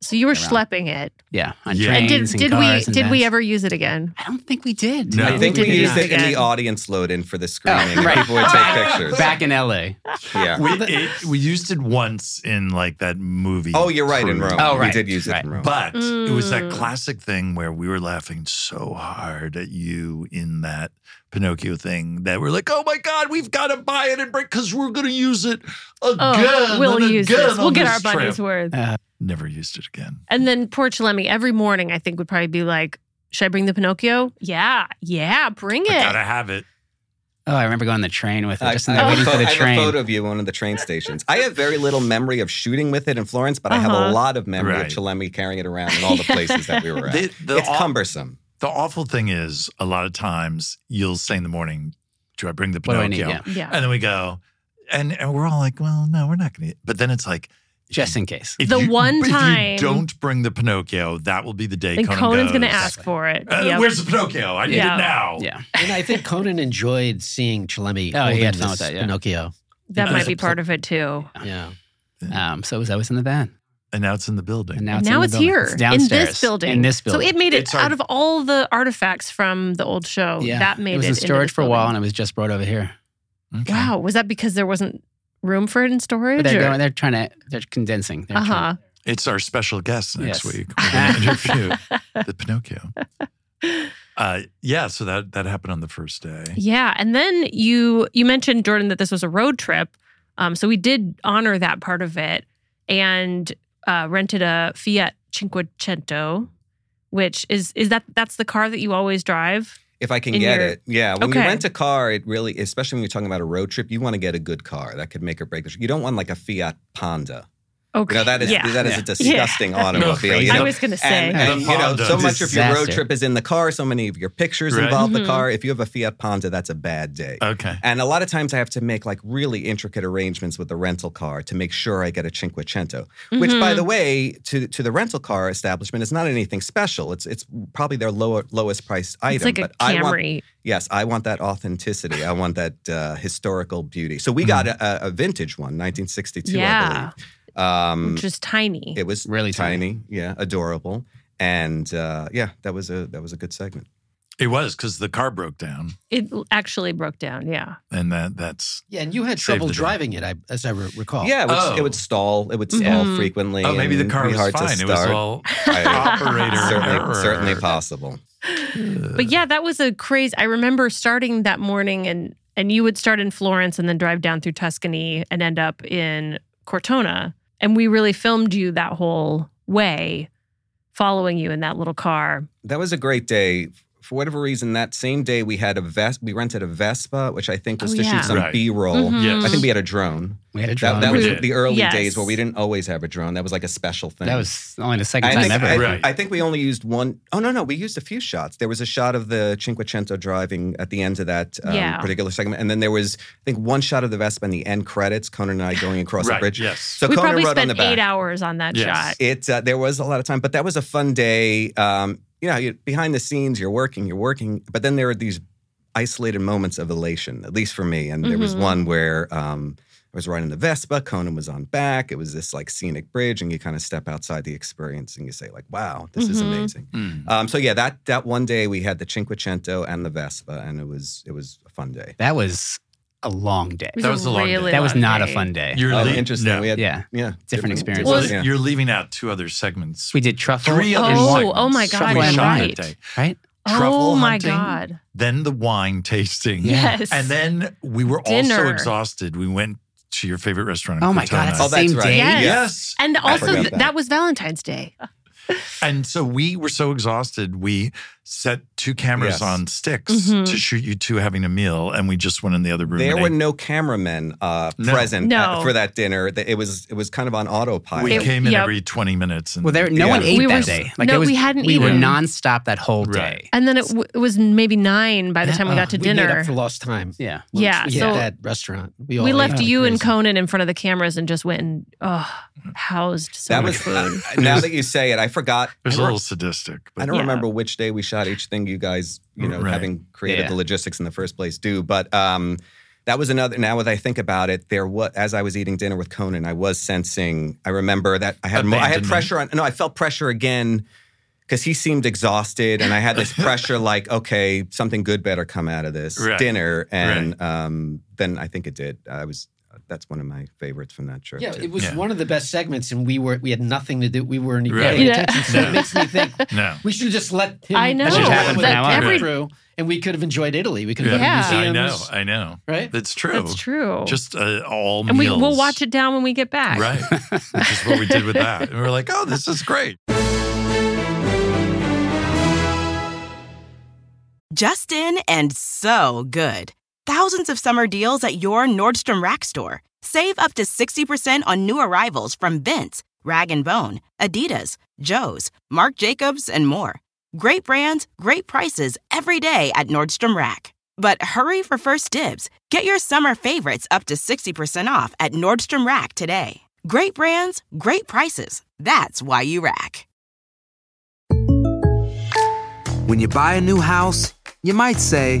S2: so you were
S3: around.
S2: schlepping it.
S3: yeah on
S1: Yeah.
S2: And
S3: trains
S2: did
S3: and
S2: did we
S3: cars
S2: did
S3: and
S2: we
S3: vans.
S2: ever use it again?
S3: I don't think we did.
S1: No.
S4: I think
S2: We
S4: we
S2: did
S4: used
S2: not.
S4: it in the
S2: Again.
S4: audience load-in
S2: Oh,
S4: for the screaming.
S3: right.
S4: and People would take pictures.
S3: Back in L.A.
S4: Yeah.
S1: We, it, we used it once in like that movie.
S4: Oh, you're right. In
S1: Cruise.
S4: Rome,
S3: Oh,
S4: we
S3: right,
S4: did use it
S3: right.
S4: in Rome.
S1: But it was that
S2: Mm.
S1: classic thing where we were laughing so hard at you in that Pinocchio thing that we're like, oh my God, we've got to buy it and break because we're going to use it again.
S2: Oh, we'll
S1: and
S2: use
S1: again
S2: this. We'll
S1: on
S2: get our
S1: trip."
S2: money's worth.
S1: Never used it again.
S2: And then poor Chalemi, every morning I think would probably be like, "Should I bring the Pinocchio? Yeah, yeah, bring
S1: I
S2: it."
S1: gotta have it.
S3: Oh, I remember going on the train with it,
S4: I,
S3: just
S4: I
S3: in there
S4: have a
S3: waiting
S4: photo-
S3: for the
S4: I have a
S3: train.
S4: photo of you at one of the train stations. I have very little memory of shooting with it in Florence, but I have
S2: Uh-huh.
S4: a lot of memory
S1: Right.
S4: of Chalemi carrying it around in all the places that we were at.
S1: The, the
S4: it's
S1: aw-
S4: cumbersome.
S1: the awful thing is, a lot of times you'll say in the morning, "Do I bring the
S3: What do I
S1: Pinocchio?"
S3: need? Yeah,
S2: Yeah,
S1: And then we go, and and we're all like, "Well, no, we're not going to." But then it's like, if
S3: just
S1: you-
S3: in case.
S1: if
S2: The
S1: you-
S2: one
S1: if
S2: time-
S1: you don't bring the Pinocchio, that will be the day
S2: and
S1: Conan
S2: Conan's
S1: goes,
S2: gonna ask for it.
S1: Uh,
S2: Yep.
S1: Where's the Pinocchio? I need
S2: Yeah.
S1: it now.
S3: Yeah,
S5: And I think Conan enjoyed seeing Chalemi
S3: Oh, he
S5: holding
S3: had fun
S5: this
S3: with that, yeah.
S5: Pinocchio.
S2: that
S1: there's
S2: might
S1: a
S2: be
S1: pl-
S2: part of it too.
S5: Yeah.
S3: um, so it was always in the van,
S1: And now it's in the building.
S3: and now
S2: And
S3: it's,
S2: now
S3: in the
S2: it's
S3: building.
S2: here
S3: It's
S2: in
S3: downstairs
S2: this building.
S3: In this building,
S2: So it made it
S1: It's our-
S2: out of all the artifacts from the old show.
S3: Yeah.
S2: oh, That made
S3: it was in
S2: into this
S3: storage for a while,
S2: building.
S3: and it was just brought over here.
S1: Okay.
S2: Wow, was that because there wasn't room for it in
S3: But
S2: storage?
S3: they're
S2: or-
S3: going, they're trying to, they're condensing. They're
S2: uh
S3: trying-
S2: huh.
S1: It's our special guest next
S3: Yes.
S1: week. We're going to interview the Pinocchio. Uh, yeah, so that that happened on the first day.
S2: Yeah, and then you you mentioned Jordan that this was a road trip, um, so we did honor that part of it and uh, rented a Fiat Cinquecento, which is is that that's the car that you always drive.
S4: If I can
S2: In
S4: get
S2: your-
S4: it, yeah. When
S2: Okay.
S4: you rent a car, it really, especially when you're talking about a road trip, you want to get a good car that could make or break the trip. You don't want like a Fiat Panda.
S2: Okay,
S4: You know that is
S2: yeah.
S4: that is
S3: Yeah.
S4: a disgusting
S2: Yeah.
S4: automobile.
S3: Crazy.
S4: You
S2: I
S4: know,
S2: was gonna say
S4: and, and,
S1: The
S4: you know,
S1: Honda.
S4: so much of your road
S3: Disaster.
S4: trip is in the car. So many of your pictures
S1: Right.
S4: involve
S2: Mhm.
S4: the car. If you have a Fiat Panda, that's a bad day.
S1: Okay.
S4: And a lot of times I have to make like really intricate arrangements with the rental car to make sure I get a Cinquecento. uh, Which, by
S2: Mhm.
S4: the way, to to the rental car establishment is not anything special. It's it's probably their lower, lowest priced item.
S2: it's like a
S4: but I want
S2: Camry.
S4: yes, I want that authenticity. I want that uh, historical beauty. So we got a, a vintage one, 1962,
S2: Mm-hmm. yeah,
S4: I believe. Um,
S2: which is tiny.
S4: it was
S3: Really
S4: tiny, yeah, adorable, and uh, yeah, that was a that was a good segment.
S1: It was because the car broke down,
S2: It actually broke down. Yeah.
S1: and that that's
S5: Yeah, and you had
S1: Saved
S5: trouble
S1: the day.
S5: driving it, I, as I re- recall.
S4: Yeah, it would,
S1: Oh.
S4: it would stall. It would stall
S2: Mhm.
S4: frequently.
S1: oh maybe the
S4: and
S1: car
S4: be
S1: was
S4: hard
S1: fine.
S4: To
S1: It was
S4: start.
S1: all
S4: I-
S1: operator error.
S4: certainly, certainly possible.
S2: But yeah, that was a craze. I remember starting that morning and and you would start in Florence and then drive down through Tuscany and end up in Cortona. And we really filmed you that whole way, following you in that little car.
S4: That was a great day. For whatever reason, that same day we had a Ves- we rented a Vespa, which I think was
S2: Oh,
S4: to
S2: yeah.
S4: shoot some
S1: Right.
S4: B-roll.
S2: Mhm.
S1: Yes.
S4: I think we had a drone.
S3: We had a
S4: That,
S3: drone.
S4: that
S1: We
S4: was
S1: did.
S4: the early
S2: Yes.
S4: days where we didn't always have a drone. That was like a special thing.
S3: that was only the second
S4: I
S3: time
S4: think,
S3: ever.
S4: I,
S1: Right.
S4: I think we only used one oh no, no, we used a few shots. There was a shot of the Cinquecento driving at the end of that um,
S2: Yeah.
S4: particular segment, and then there was, I think, one shot of the Vespa in the end credits. Conan and I going across the
S1: right.
S4: bridge.
S1: Yes.
S4: So
S2: we
S4: Conan
S2: probably
S4: wrote on
S2: spent
S4: the back.
S2: eight hours on that
S1: Yes.
S2: shot.
S4: It uh, there was a lot of time, but that was a fun day. Um, you know, you, behind the scenes, you're working, you're working, but then there are these isolated moments of elation, at least for me. And there was
S3: Mm-hmm.
S2: Mhm.
S4: one where um, I was riding the Vespa, Conan was on back. It was this like scenic bridge, and you kind of step outside the experience and you say like, "Wow, this is
S2: Mhm.
S3: Mm-hmm.
S4: amazing."
S1: Mm.
S4: Um, so yeah, that that one day we had the Cinquecento and the Vespa, and it was it was a fun day.
S3: That was a long day.
S2: It
S1: That was
S2: a
S1: a long day.
S2: really
S3: That was
S2: long
S3: not a
S2: day.
S3: fun day.
S1: You're
S4: Oh,
S1: lea-
S4: interesting.
S1: no.
S4: We had,
S3: yeah.
S4: yeah,
S3: Different experiences.
S1: Well,
S2: Well,
S4: yeah.
S1: you're leaving out two other segments.
S3: We did truffle.
S1: Three other
S3: and
S2: Oh,
S1: segments.
S2: oh my
S1: Truffle
S3: God,
S1: and
S3: you're
S1: wine
S3: right.
S1: day.
S3: Right?
S2: Oh
S1: Truffle
S2: my
S1: hunting.
S2: God.
S1: Then the wine tasting.
S3: Yeah.
S2: Yes.
S1: And then we were also
S2: Dinner.
S1: exhausted. We went to your favorite restaurant. In
S3: Oh my
S1: Crotona.
S3: God. That's the
S4: Oh, that's
S3: same
S4: right.
S3: day.
S2: Yes.
S1: Yes.
S2: And also,
S4: forgot
S2: th-
S4: that.
S2: that. was Valentine's Day.
S1: And so we were so exhausted, we set two cameras
S4: Yes.
S1: on sticks
S2: Mhm.
S1: to shoot you two having a meal, and we just went in the other room.
S4: There
S1: and
S4: were
S1: ate.
S4: no cameramen uh,
S1: No.
S4: present
S2: No.
S4: at- for that dinner. Th- It was it was kind of on autopilot.
S1: we
S2: It-
S1: came in
S2: yep.
S1: every 20 minutes. And
S3: Well, there no
S4: Yeah.
S3: one ate
S2: We
S3: that
S2: were-
S3: day.
S2: no,
S3: there was,
S2: we hadn't
S3: We were
S2: eaten.
S3: nonstop that whole
S1: Right.
S3: day.
S2: And then it, w- it was maybe nine by the time we
S1: uh,
S2: got to
S5: we
S2: dinner.
S5: made up for lost time.
S3: Yeah.
S5: Once
S2: Yeah,
S5: we
S2: so-
S5: hit that restaurant. We, all
S2: we
S1: oh,
S5: ate
S2: left
S5: like
S2: you and
S5: crazy.
S2: Conan in front of the cameras and just went and oh, housed so
S4: that
S2: much
S4: was
S2: food.
S4: now that you say it, I forgot.
S1: It was
S4: I
S1: a
S4: don't-
S1: little sadistic.
S4: I
S1: But
S4: don't
S2: Yeah.
S4: remember which day we shot each thing. You guys, you know,
S1: Right.
S4: having created
S3: Yeah.
S4: the logistics in the first place, do. But um, that was another. Now that I think about it, there was as I was eating dinner with Conan, I was sensing. I remember that I had mo- I had
S1: Abandonment.
S4: pressure on. No, I felt pressure again because he seemed exhausted, and I had this pressure like, okay, something good better come out of this
S1: Right.
S4: dinner, and um, then I think it did. I was. That's one of my favorites from that trip.
S5: Yeah,
S4: too.
S5: it was
S1: Yeah.
S5: one of the best segments, and we were we had nothing to do. We weren't even
S1: Right.
S5: paying
S2: Yeah.
S5: attention. So
S1: No.
S5: it makes me think
S1: no.
S5: we should have just let him.
S2: I know.
S3: That should happen from
S5: Let
S3: now on.
S5: him
S1: Every-
S5: through, and we could have enjoyed Italy. We could have
S2: Yeah.
S5: yeah.
S1: I know.
S5: museums.
S1: I know.
S5: Right?
S1: That's true.
S2: That's true.
S1: Just uh, all
S2: and we,
S1: meals.
S2: we'll watch it down when we get back.
S1: Right. Which is what we did with that. And we were like, oh, this is great.
S6: Just in and so good. Thousands of summer deals at your Nordstrom Rack store. Save up to 60% on new arrivals from Vince, Rag & Bone, Adidas, Joe's, Marc Jacobs, and more. Great brands, great prices every day at Nordstrom Rack. But hurry for first dibs. Get your summer favorites up to 60% off at Nordstrom Rack today. Great brands, great prices. That's why you rack.
S7: When you buy a new house, you might say,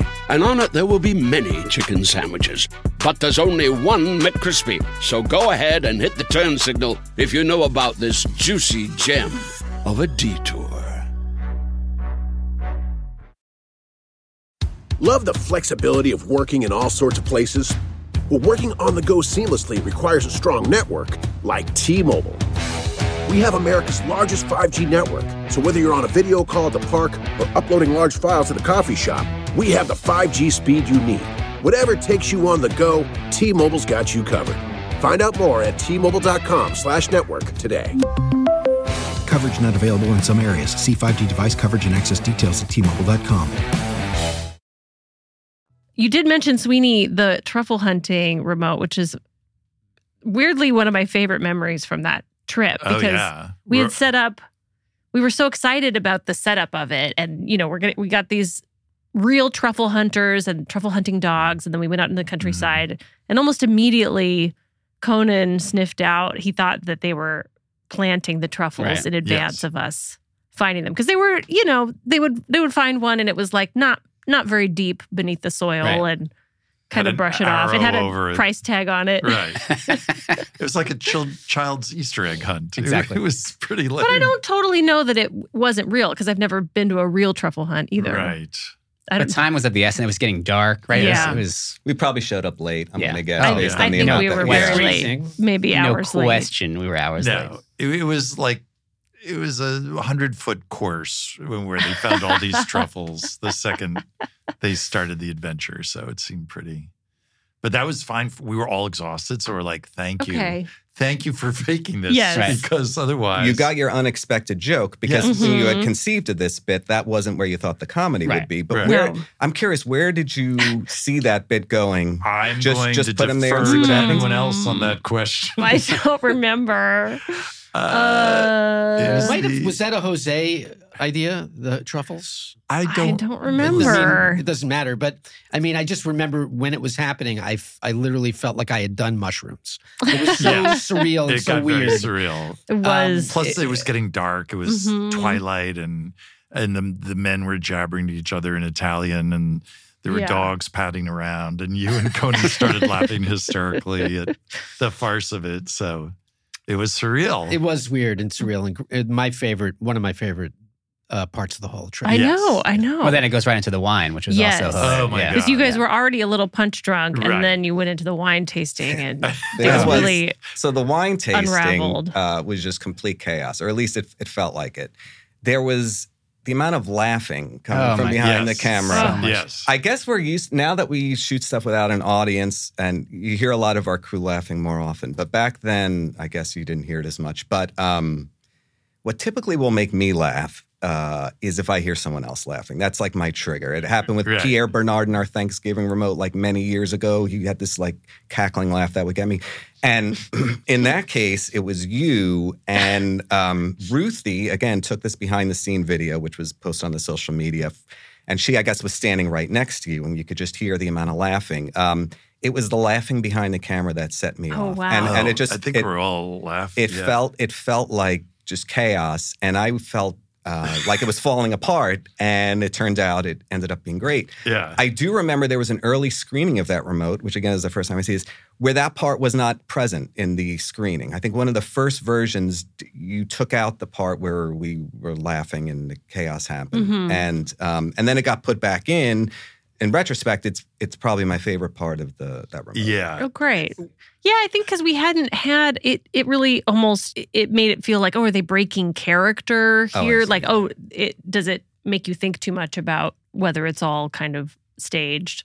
S8: and on it there will be many chicken sandwiches. But there's only one McCrispy. So go ahead and hit the turn signal if you know about this juicy gem of a detour.
S9: Love the flexibility of working in all sorts of places? But working on the go seamlessly requires a strong network like T Mobile. We have America's largest 5G network, so whether you're on a video call at the park or uploading large files at a coffee shop, we have the 5G speed you need. Whatever takes you on the go, T Mobile's got you covered. Find out more at T Mobile.com slash network today.
S10: Coverage not available in some areas. See 5G device coverage and access details at tmobile.com.
S2: You did mention Sweeney the truffle hunting remote, which is weirdly one of my favorite memories from that trip
S1: Oh,
S2: because
S1: yeah.
S2: we
S1: We're-
S2: had set up. We were so excited about the setup of it, and you know we're gonna we got these real truffle hunters and truffle hunting dogs. And then we went out in the countryside.
S1: Mm-hmm.
S2: And almost immediately, Conan sniffed out. He thought that they were planting the truffles
S8: Right.
S2: in advance
S8: Yes.
S2: of us finding them because they were, you know, they would they would find one and it was like not not very deep beneath the soil
S1: Right.
S2: and
S1: Had
S2: kind of
S1: an
S2: brush it off. It had
S1: arrow over
S2: a
S1: it.
S2: price tag on it.
S1: Right. it was like a child, child's Easter egg hunt. It-
S3: Exactly.
S1: It, was pretty lame.
S2: But I don't totally know that it w- wasn't real because I've never been to a real truffle hunt either. I
S3: But
S2: don't-
S3: time was of the essence. It was getting dark, right?
S2: Yeah.
S3: It was.
S4: We probably showed up late. I'm gonna guess
S3: Oh,
S4: based
S3: yeah.
S4: on
S3: I
S4: the
S3: think
S4: amount
S3: we
S4: that
S3: were
S4: we
S3: very
S4: had.
S3: late.
S2: Maybe
S3: no
S2: hours late.
S3: question. We were hours late.
S1: No, it, it was like it was a hundred foot course when where they found all these truffles the second they started the adventure. So it seemed pretty, but that was fine. We were all exhausted, so we're like, "Thank you,
S2: Okay.
S1: thank you for faking this,"
S2: Yes. Right.
S1: because otherwise
S4: You got your unexpected joke because
S1: Yes.
S4: when you had
S3: Mm-hmm.
S2: Mhm.
S4: conceived of this bit, that wasn't where you thought the comedy
S1: Right.
S4: would be. But
S1: Right.
S4: where
S1: No.
S4: I'm curious, where did you see that bit going?
S1: I'm
S4: just
S1: going
S4: just
S1: to
S4: put him there and
S1: defer
S4: see what
S1: to
S4: happens.
S1: anyone else
S2: Mm.
S1: on that question. Uh,
S2: I don't remember. Uh,
S1: Yes,
S5: Might have,
S1: the-
S5: was that a Jose idea? The truffles?
S1: I
S2: don't- don't remember.
S5: It doesn't, it doesn't matter, but I mean, I just remember when it was happening. I, f- I literally felt like I had done mushrooms. It was so
S1: Yeah.
S5: surreal and
S1: it
S5: Oh, so
S1: got
S5: weird.
S1: Very surreal.
S2: It
S3: Um,
S2: was-
S1: plus, it,
S2: Eh,
S1: was getting dark. It was
S2: Mhm.
S1: twilight, and and the the men were jabbering to each other in Italian, and there were
S2: Yeah.
S1: dogs padding around, and you and Conan started laughing hysterically at the farce of it. So it was surreal.
S5: It was weird and surreal, and gr- uh, my favorite, one of my favorite uh, parts of the whole trip.
S2: I know, I know.
S3: Well, then it goes right into the wine, which was
S2: yes.
S3: also.
S1: Oh
S3: hilarious. Yeah.
S2: Because you guys were already a little punch drunk
S3: Right.
S2: and then you went into the wine tasting and it
S4: That
S2: was
S4: was-
S2: really
S4: so the wine tasting
S2: unraveled.
S4: uh, was just complete chaos, or at least it, it felt like it. There was the amount of laughing coming
S3: Oh
S4: from
S3: my-
S4: behind
S3: yes.
S4: the camera.
S3: So much. Yes.
S4: I guess we're used now that we shoot stuff without an audience, and you hear a lot of our crew laughing more often. But back then, I guess you didn't hear it as much. But um, what typically will make me laugh uh, is if I hear someone else laughing. That's like my trigger. It happened with
S1: Right.
S4: Pierre Bernard in our Thanksgiving remote like many years ago. He had this like cackling laugh that would get me. And in that case, it was you and um, Ruthie, again, took this behind the scene video, which was posted on the social media. And she, I guess, was standing right next to you, and you could just hear the amount of laughing. Um, it was the laughing behind the camera that set me
S2: Oh,
S4: off.
S2: wow.
S4: And, and
S1: Oh,
S4: it just
S1: I think
S4: it-
S1: we're all laughing.
S4: it felt it felt like just chaos and i felt uh, like it was falling apart and it turned out it ended up being great
S1: Yeah.
S4: i do remember there was an early screening of that remote which again is the first time i see this where that part was not present in the screening i think one of the first versions d- you took out the part where we were laughing and the chaos happened
S5: Mm-hmm.
S7: Mhm.
S4: and um, and then it got put back in in retrospect it's it's probably my favorite part of the that remote
S1: yeah
S2: Oh, great. Yeah, I think because we hadn't had it, it really almost it made it feel like, oh, are they breaking character
S8: Oh, I
S2: here?
S8: see.
S2: like, oh, it does it make you think too much about whether it's all kind of staged?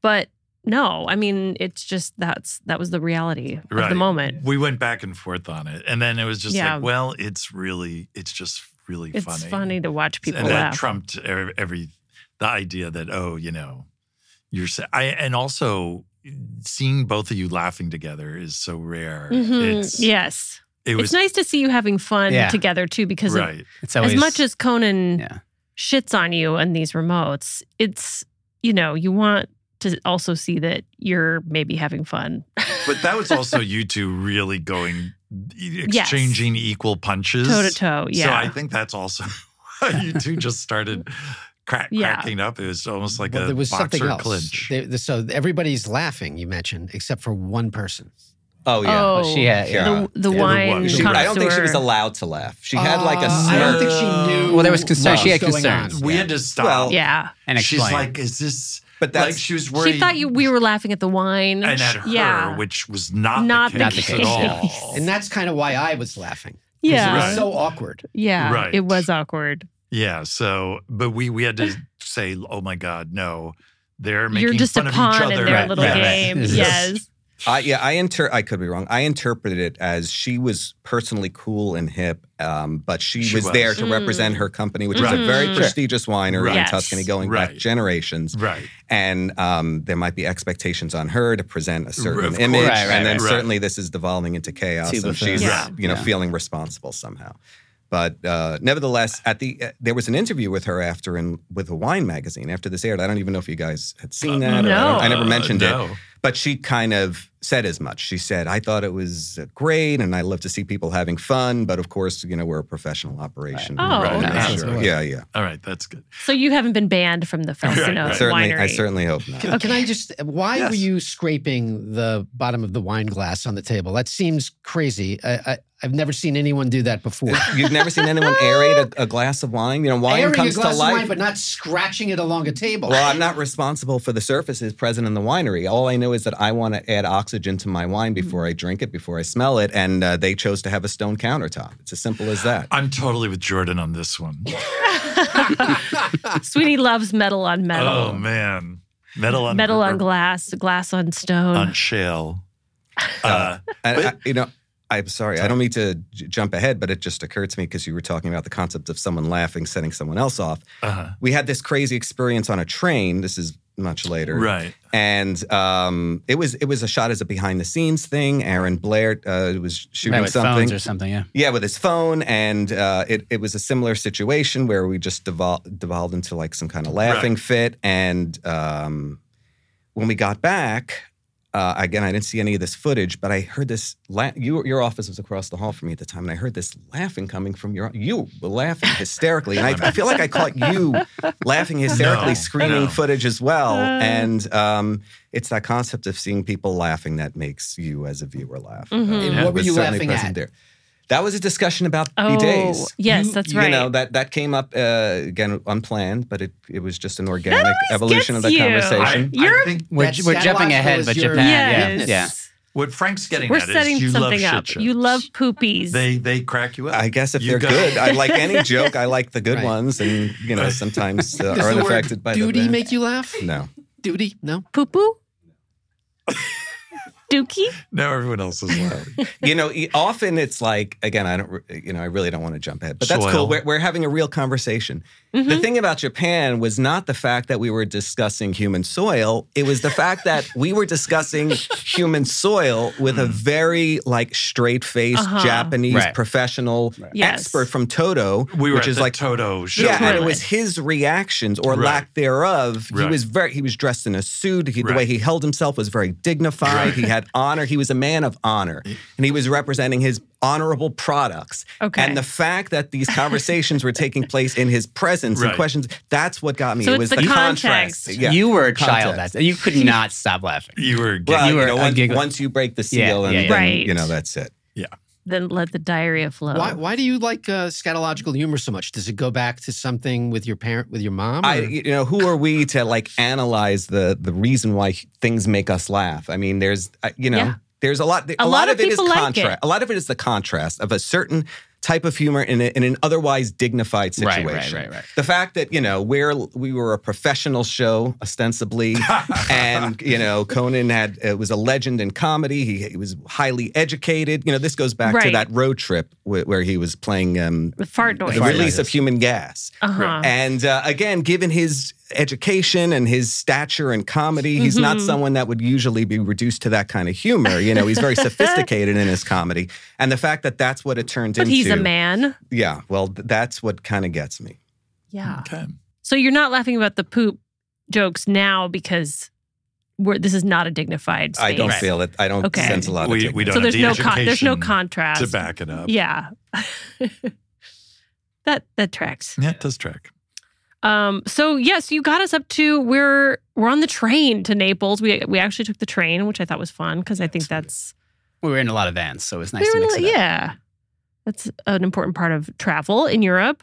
S2: But no, I mean, it's just that's that was the reality of the moment.
S1: We went back and forth on it, and then it was just
S2: Yeah.
S1: like, well, it's really, it's just really
S2: It's
S1: funny.
S2: funny, to watch people
S1: and
S2: laugh.
S1: that trumped every, every the idea that oh you know you're sa- I and also seeing both of you laughing together is so rare.
S2: Mhm.
S1: It's
S2: yes.
S1: it was-
S2: it's nice to see you having fun
S1: Yeah.
S2: together too, because of-
S1: Right. It's
S2: as
S1: always-
S2: much as Conan shits on you and these remotes, it's you know you want to also see that you're maybe having fun.
S1: but that was also you two really going
S2: Yes.
S1: exchanging equal punches
S2: Toe to toe,
S1: So
S2: yeah.
S1: I think that's also why you two just started crack,
S5: Yeah.
S1: cracking up. It was almost like
S5: Well,
S1: a
S5: there was
S1: boxer
S5: something else.
S1: clinch.
S5: There- there- so everybody's laughing. You mentioned, except for one person.
S4: Oh yeah,
S5: Oh, she had- yeah.
S2: the, the wine.
S4: She- I don't think she was
S2: connoisseur.
S4: allowed to laugh. She had like a
S5: Uh,
S4: smirk.
S5: I don't think she knew
S3: Well, there was concern.
S4: what
S3: She had
S4: was going on.
S3: concerns.
S1: We had to stop.
S4: Well,
S2: Yeah.
S3: And
S1: she's
S3: explain.
S1: like, "Is this?"
S4: But
S1: that's like she was worried.
S2: She thought you we were laughing at the wine
S1: and at her,
S2: Yeah.
S1: which was not,
S2: Not
S1: the
S2: the
S1: case, at
S2: case.
S1: all.
S5: And that's kind of why I was laughing. 'Cause
S2: Yeah.
S5: It was
S1: Right.
S5: so awkward.
S2: Yeah,
S1: Right.
S2: it was awkward.
S1: Yeah. So, but we we had to say, "Oh my God, no!" They're making
S2: You're just
S1: fun
S2: a
S1: of
S2: pawn
S1: each
S2: in
S1: other.
S2: their little game. Yes.
S4: I, yeah, I inter. I could be wrong. I interpreted it as she was personally cool and hip, um, but she,
S1: She
S4: was,
S1: was.
S4: there to
S1: Mm.
S4: represent her company, which
S1: Right.
S4: is a very
S1: Mm.
S4: prestigious winery
S1: Right.
S4: in
S1: Yes.
S4: Tuscany, going
S1: Right.
S4: back generations.
S1: Right.
S4: And um, there might be expectations on her to present a certain
S1: of course.
S4: image,
S1: Right, right,
S4: and then
S1: right.
S4: certainly this is devolving into chaos,
S1: To the
S4: and she's
S1: thing. Yeah.
S4: you know
S1: Yeah.
S4: feeling responsible somehow. But uh, nevertheless, at the uh, there was an interview with her after in with a wine magazine after this aired. I don't even know if you guys had seen
S1: Uh,
S4: that. or I
S1: no.
S4: don't- I, never mentioned
S1: Uh, no.
S4: it. But she kind of said as much. She said, "I thought it was uh, great, and I love to see people having fun, but of course, you know, we're a professional operation.
S2: Oh, Right, okay.
S1: that's
S4: Sure.
S1: what it
S4: yeah,
S1: was.
S4: yeah.
S1: All right, that's good.
S2: So you haven't been banned from the Felsino
S4: Certainly,
S2: Uh, winery.
S4: I certainly hope not.
S5: Can, can I just? Why
S2: Yes.
S5: were you scraping the bottom of the wine glass on the table? That seems crazy. I, I, I've never seen anyone do that before.
S4: You've never seen anyone aerate a, a glass of wine. You know, wine
S5: Airing a
S4: comes to
S5: glass of
S4: life.
S5: wine, but not scratching it along a table.
S4: Well, I'm not responsible for the surfaces present in the winery. All I know is that I want to add oxygen to my
S2: Mm.
S4: wine before I drink it, before I smell it, and uh, they chose to have a stone countertop. It's as simple as that.
S1: I'm totally with Jordan on this one.
S2: Sweeney loves metal on metal.
S1: Oh man, metal on
S2: metal on
S1: or-
S2: glass, glass on stone.
S1: on shale.
S2: Uh-huh.
S1: Uh,
S4: And I, you know, I'm sorry, I don't mean to j- jump ahead, but it just occurred to me because you were talking about the concept of someone laughing, setting someone else off.
S1: Uh-huh.
S4: We had this crazy experience on a train. This is much later,
S1: Right.
S4: And um, it was it was a shot as a behind the scenes thing. Aaron Blair uh, was shooting
S3: Right, with
S4: something
S3: phones or something, yeah.
S4: Yeah, with his phone, and uh, it it was a similar situation where we just devolved devolved into like some kind of laughing
S10: Right.
S4: fit. And um, when we got back, uh, again, I didn't see any of this footage, but I heard this. La- you, your office was across the hall from me at the time, and I heard this laughing coming from your. You were laughing hysterically, and I, I feel like I caught you laughing hysterically,
S1: No,
S4: screaming
S1: no.
S4: footage as well.
S1: Uh.
S4: and um, it's that concept of seeing people laughing that makes you, as a viewer, laugh.
S2: Mhm. And
S4: it
S2: what were
S4: was
S2: you
S4: certainly
S2: laughing
S4: present
S2: at?
S4: There. That was a discussion about
S2: Oh,
S4: the days.
S2: yes, that's
S4: You
S2: right.
S4: know that that came up uh, again unplanned, but it, it was just an organic evolution of the
S2: you.
S4: conversation.
S2: You're- I think
S3: We're,
S2: That
S3: we're jumping
S2: Satellogical
S3: ahead,
S2: is
S3: but
S2: your-
S3: Japan,
S2: Yes.
S3: yeah, yeah.
S1: What Frank's getting
S2: We're
S1: at
S2: setting
S1: is you
S2: something
S1: love
S2: up.
S1: shit
S2: You love poopies.
S1: They they crack you up.
S4: I guess if
S1: You
S4: they're
S1: got-
S4: good, I like any joke. I like the good ones, and you know sometimes uh,
S5: Does
S4: are
S5: the word
S4: unaffected by
S5: duty
S4: the bad.
S5: make you laugh?
S4: No,
S5: Duty? No.
S2: Poo poo. Dookie.
S1: now everyone else is laughing.
S4: you know e- often it's like again. I don't. re- You know, I really don't want to jump ahead, but that's
S1: Soil.
S4: cool. We're, we're having a real conversation.
S1: Mm-hmm.
S4: The thing about Japan was not the fact that we were discussing human soil. It was the fact that we were discussing human soil with a very like straight faced
S1: Uh-huh.
S4: Japanese
S1: Mm. Right.
S4: professional
S1: Yes.
S4: expert from Toto,
S1: We were
S4: which
S1: at
S4: is
S1: the
S4: like
S1: Toto show.
S4: Yeah, and it was his reactions or
S1: Right.
S4: lack thereof. He
S1: Right.
S4: was very he was dressed in a suit. He, The way
S1: Right.
S4: he held himself was very dignified.
S1: Right.
S4: He had honor. He was a man of honor, and he was representing his honorable products.
S2: Okay.
S4: And the fact that these conversations were taking place in his presence
S3: Right.
S4: and questions that's what got me.
S3: So
S4: it was
S3: it's the
S4: the,
S3: context.
S4: contrast.
S3: You were a child that- you could not stop laughing.
S1: You were
S4: well,
S3: you
S4: you
S3: were
S4: know,
S3: a
S4: once,
S3: giggle-
S4: once you break the seal,
S3: Yeah,
S4: and
S3: yeah, yeah.
S4: then,
S3: Right.
S4: you know that's it.
S1: Yeah.
S2: Then let the diarrhea flow.
S5: Why, why do you like uh, scatological humor so much? Does it go back to something with your parent, with your mom?
S4: I,
S5: or-
S4: you know, who are we to like analyze the the reason why things make us laugh? I mean, there's, uh, you know,
S2: Yeah.
S4: there's a lot.
S2: A lot of
S4: of it is
S2: people like it.
S4: contrast. A lot of it is the contrast of a certain type of humor in, a, in an otherwise dignified
S3: Right,
S4: situation.
S3: right, right, right.
S4: The fact that you know we're we were a professional show ostensibly, and you know Conan had uh, was a legend in comedy. He, he was highly educated. You know, this goes back to
S2: Right. Oh,
S4: that road trip where, where he was playing um,
S2: The fart noise.
S4: the release of human gas.
S2: Uh-huh.
S4: And uh, again, given his education and his stature in comedy, he's not
S2: Mhm.
S4: someone that would usually be reduced to that kind of humor. You know, he's very sophisticated in his comedy. And the fact that that's what it turned
S2: But
S4: into.
S2: he's a man.
S4: Yeah, well, th- that's what kind of gets me.
S2: Yeah.
S1: Okay.
S2: So you're not laughing about the poop jokes now because we're this is not a dignified space.
S4: I don't feel it. I don't
S2: Okay.
S4: sense a lot
S1: We-
S4: of
S1: we
S4: dignity.
S1: don't
S2: so
S1: have
S2: there's
S1: the
S2: no con- there's no
S1: education
S2: contrast
S1: to back it up.
S2: Yeah. that that tracks.
S1: Yeah, it does track.
S2: Um, so yes, you got us up to we're we're on the train to Naples. We we actually took the train, which I thought was fun because I think that's
S3: We were in a lot of vans, so it was nice
S2: we
S3: to
S2: were
S3: mix
S2: like,
S3: it up.
S2: yeah, that's an important part of travel in Europe.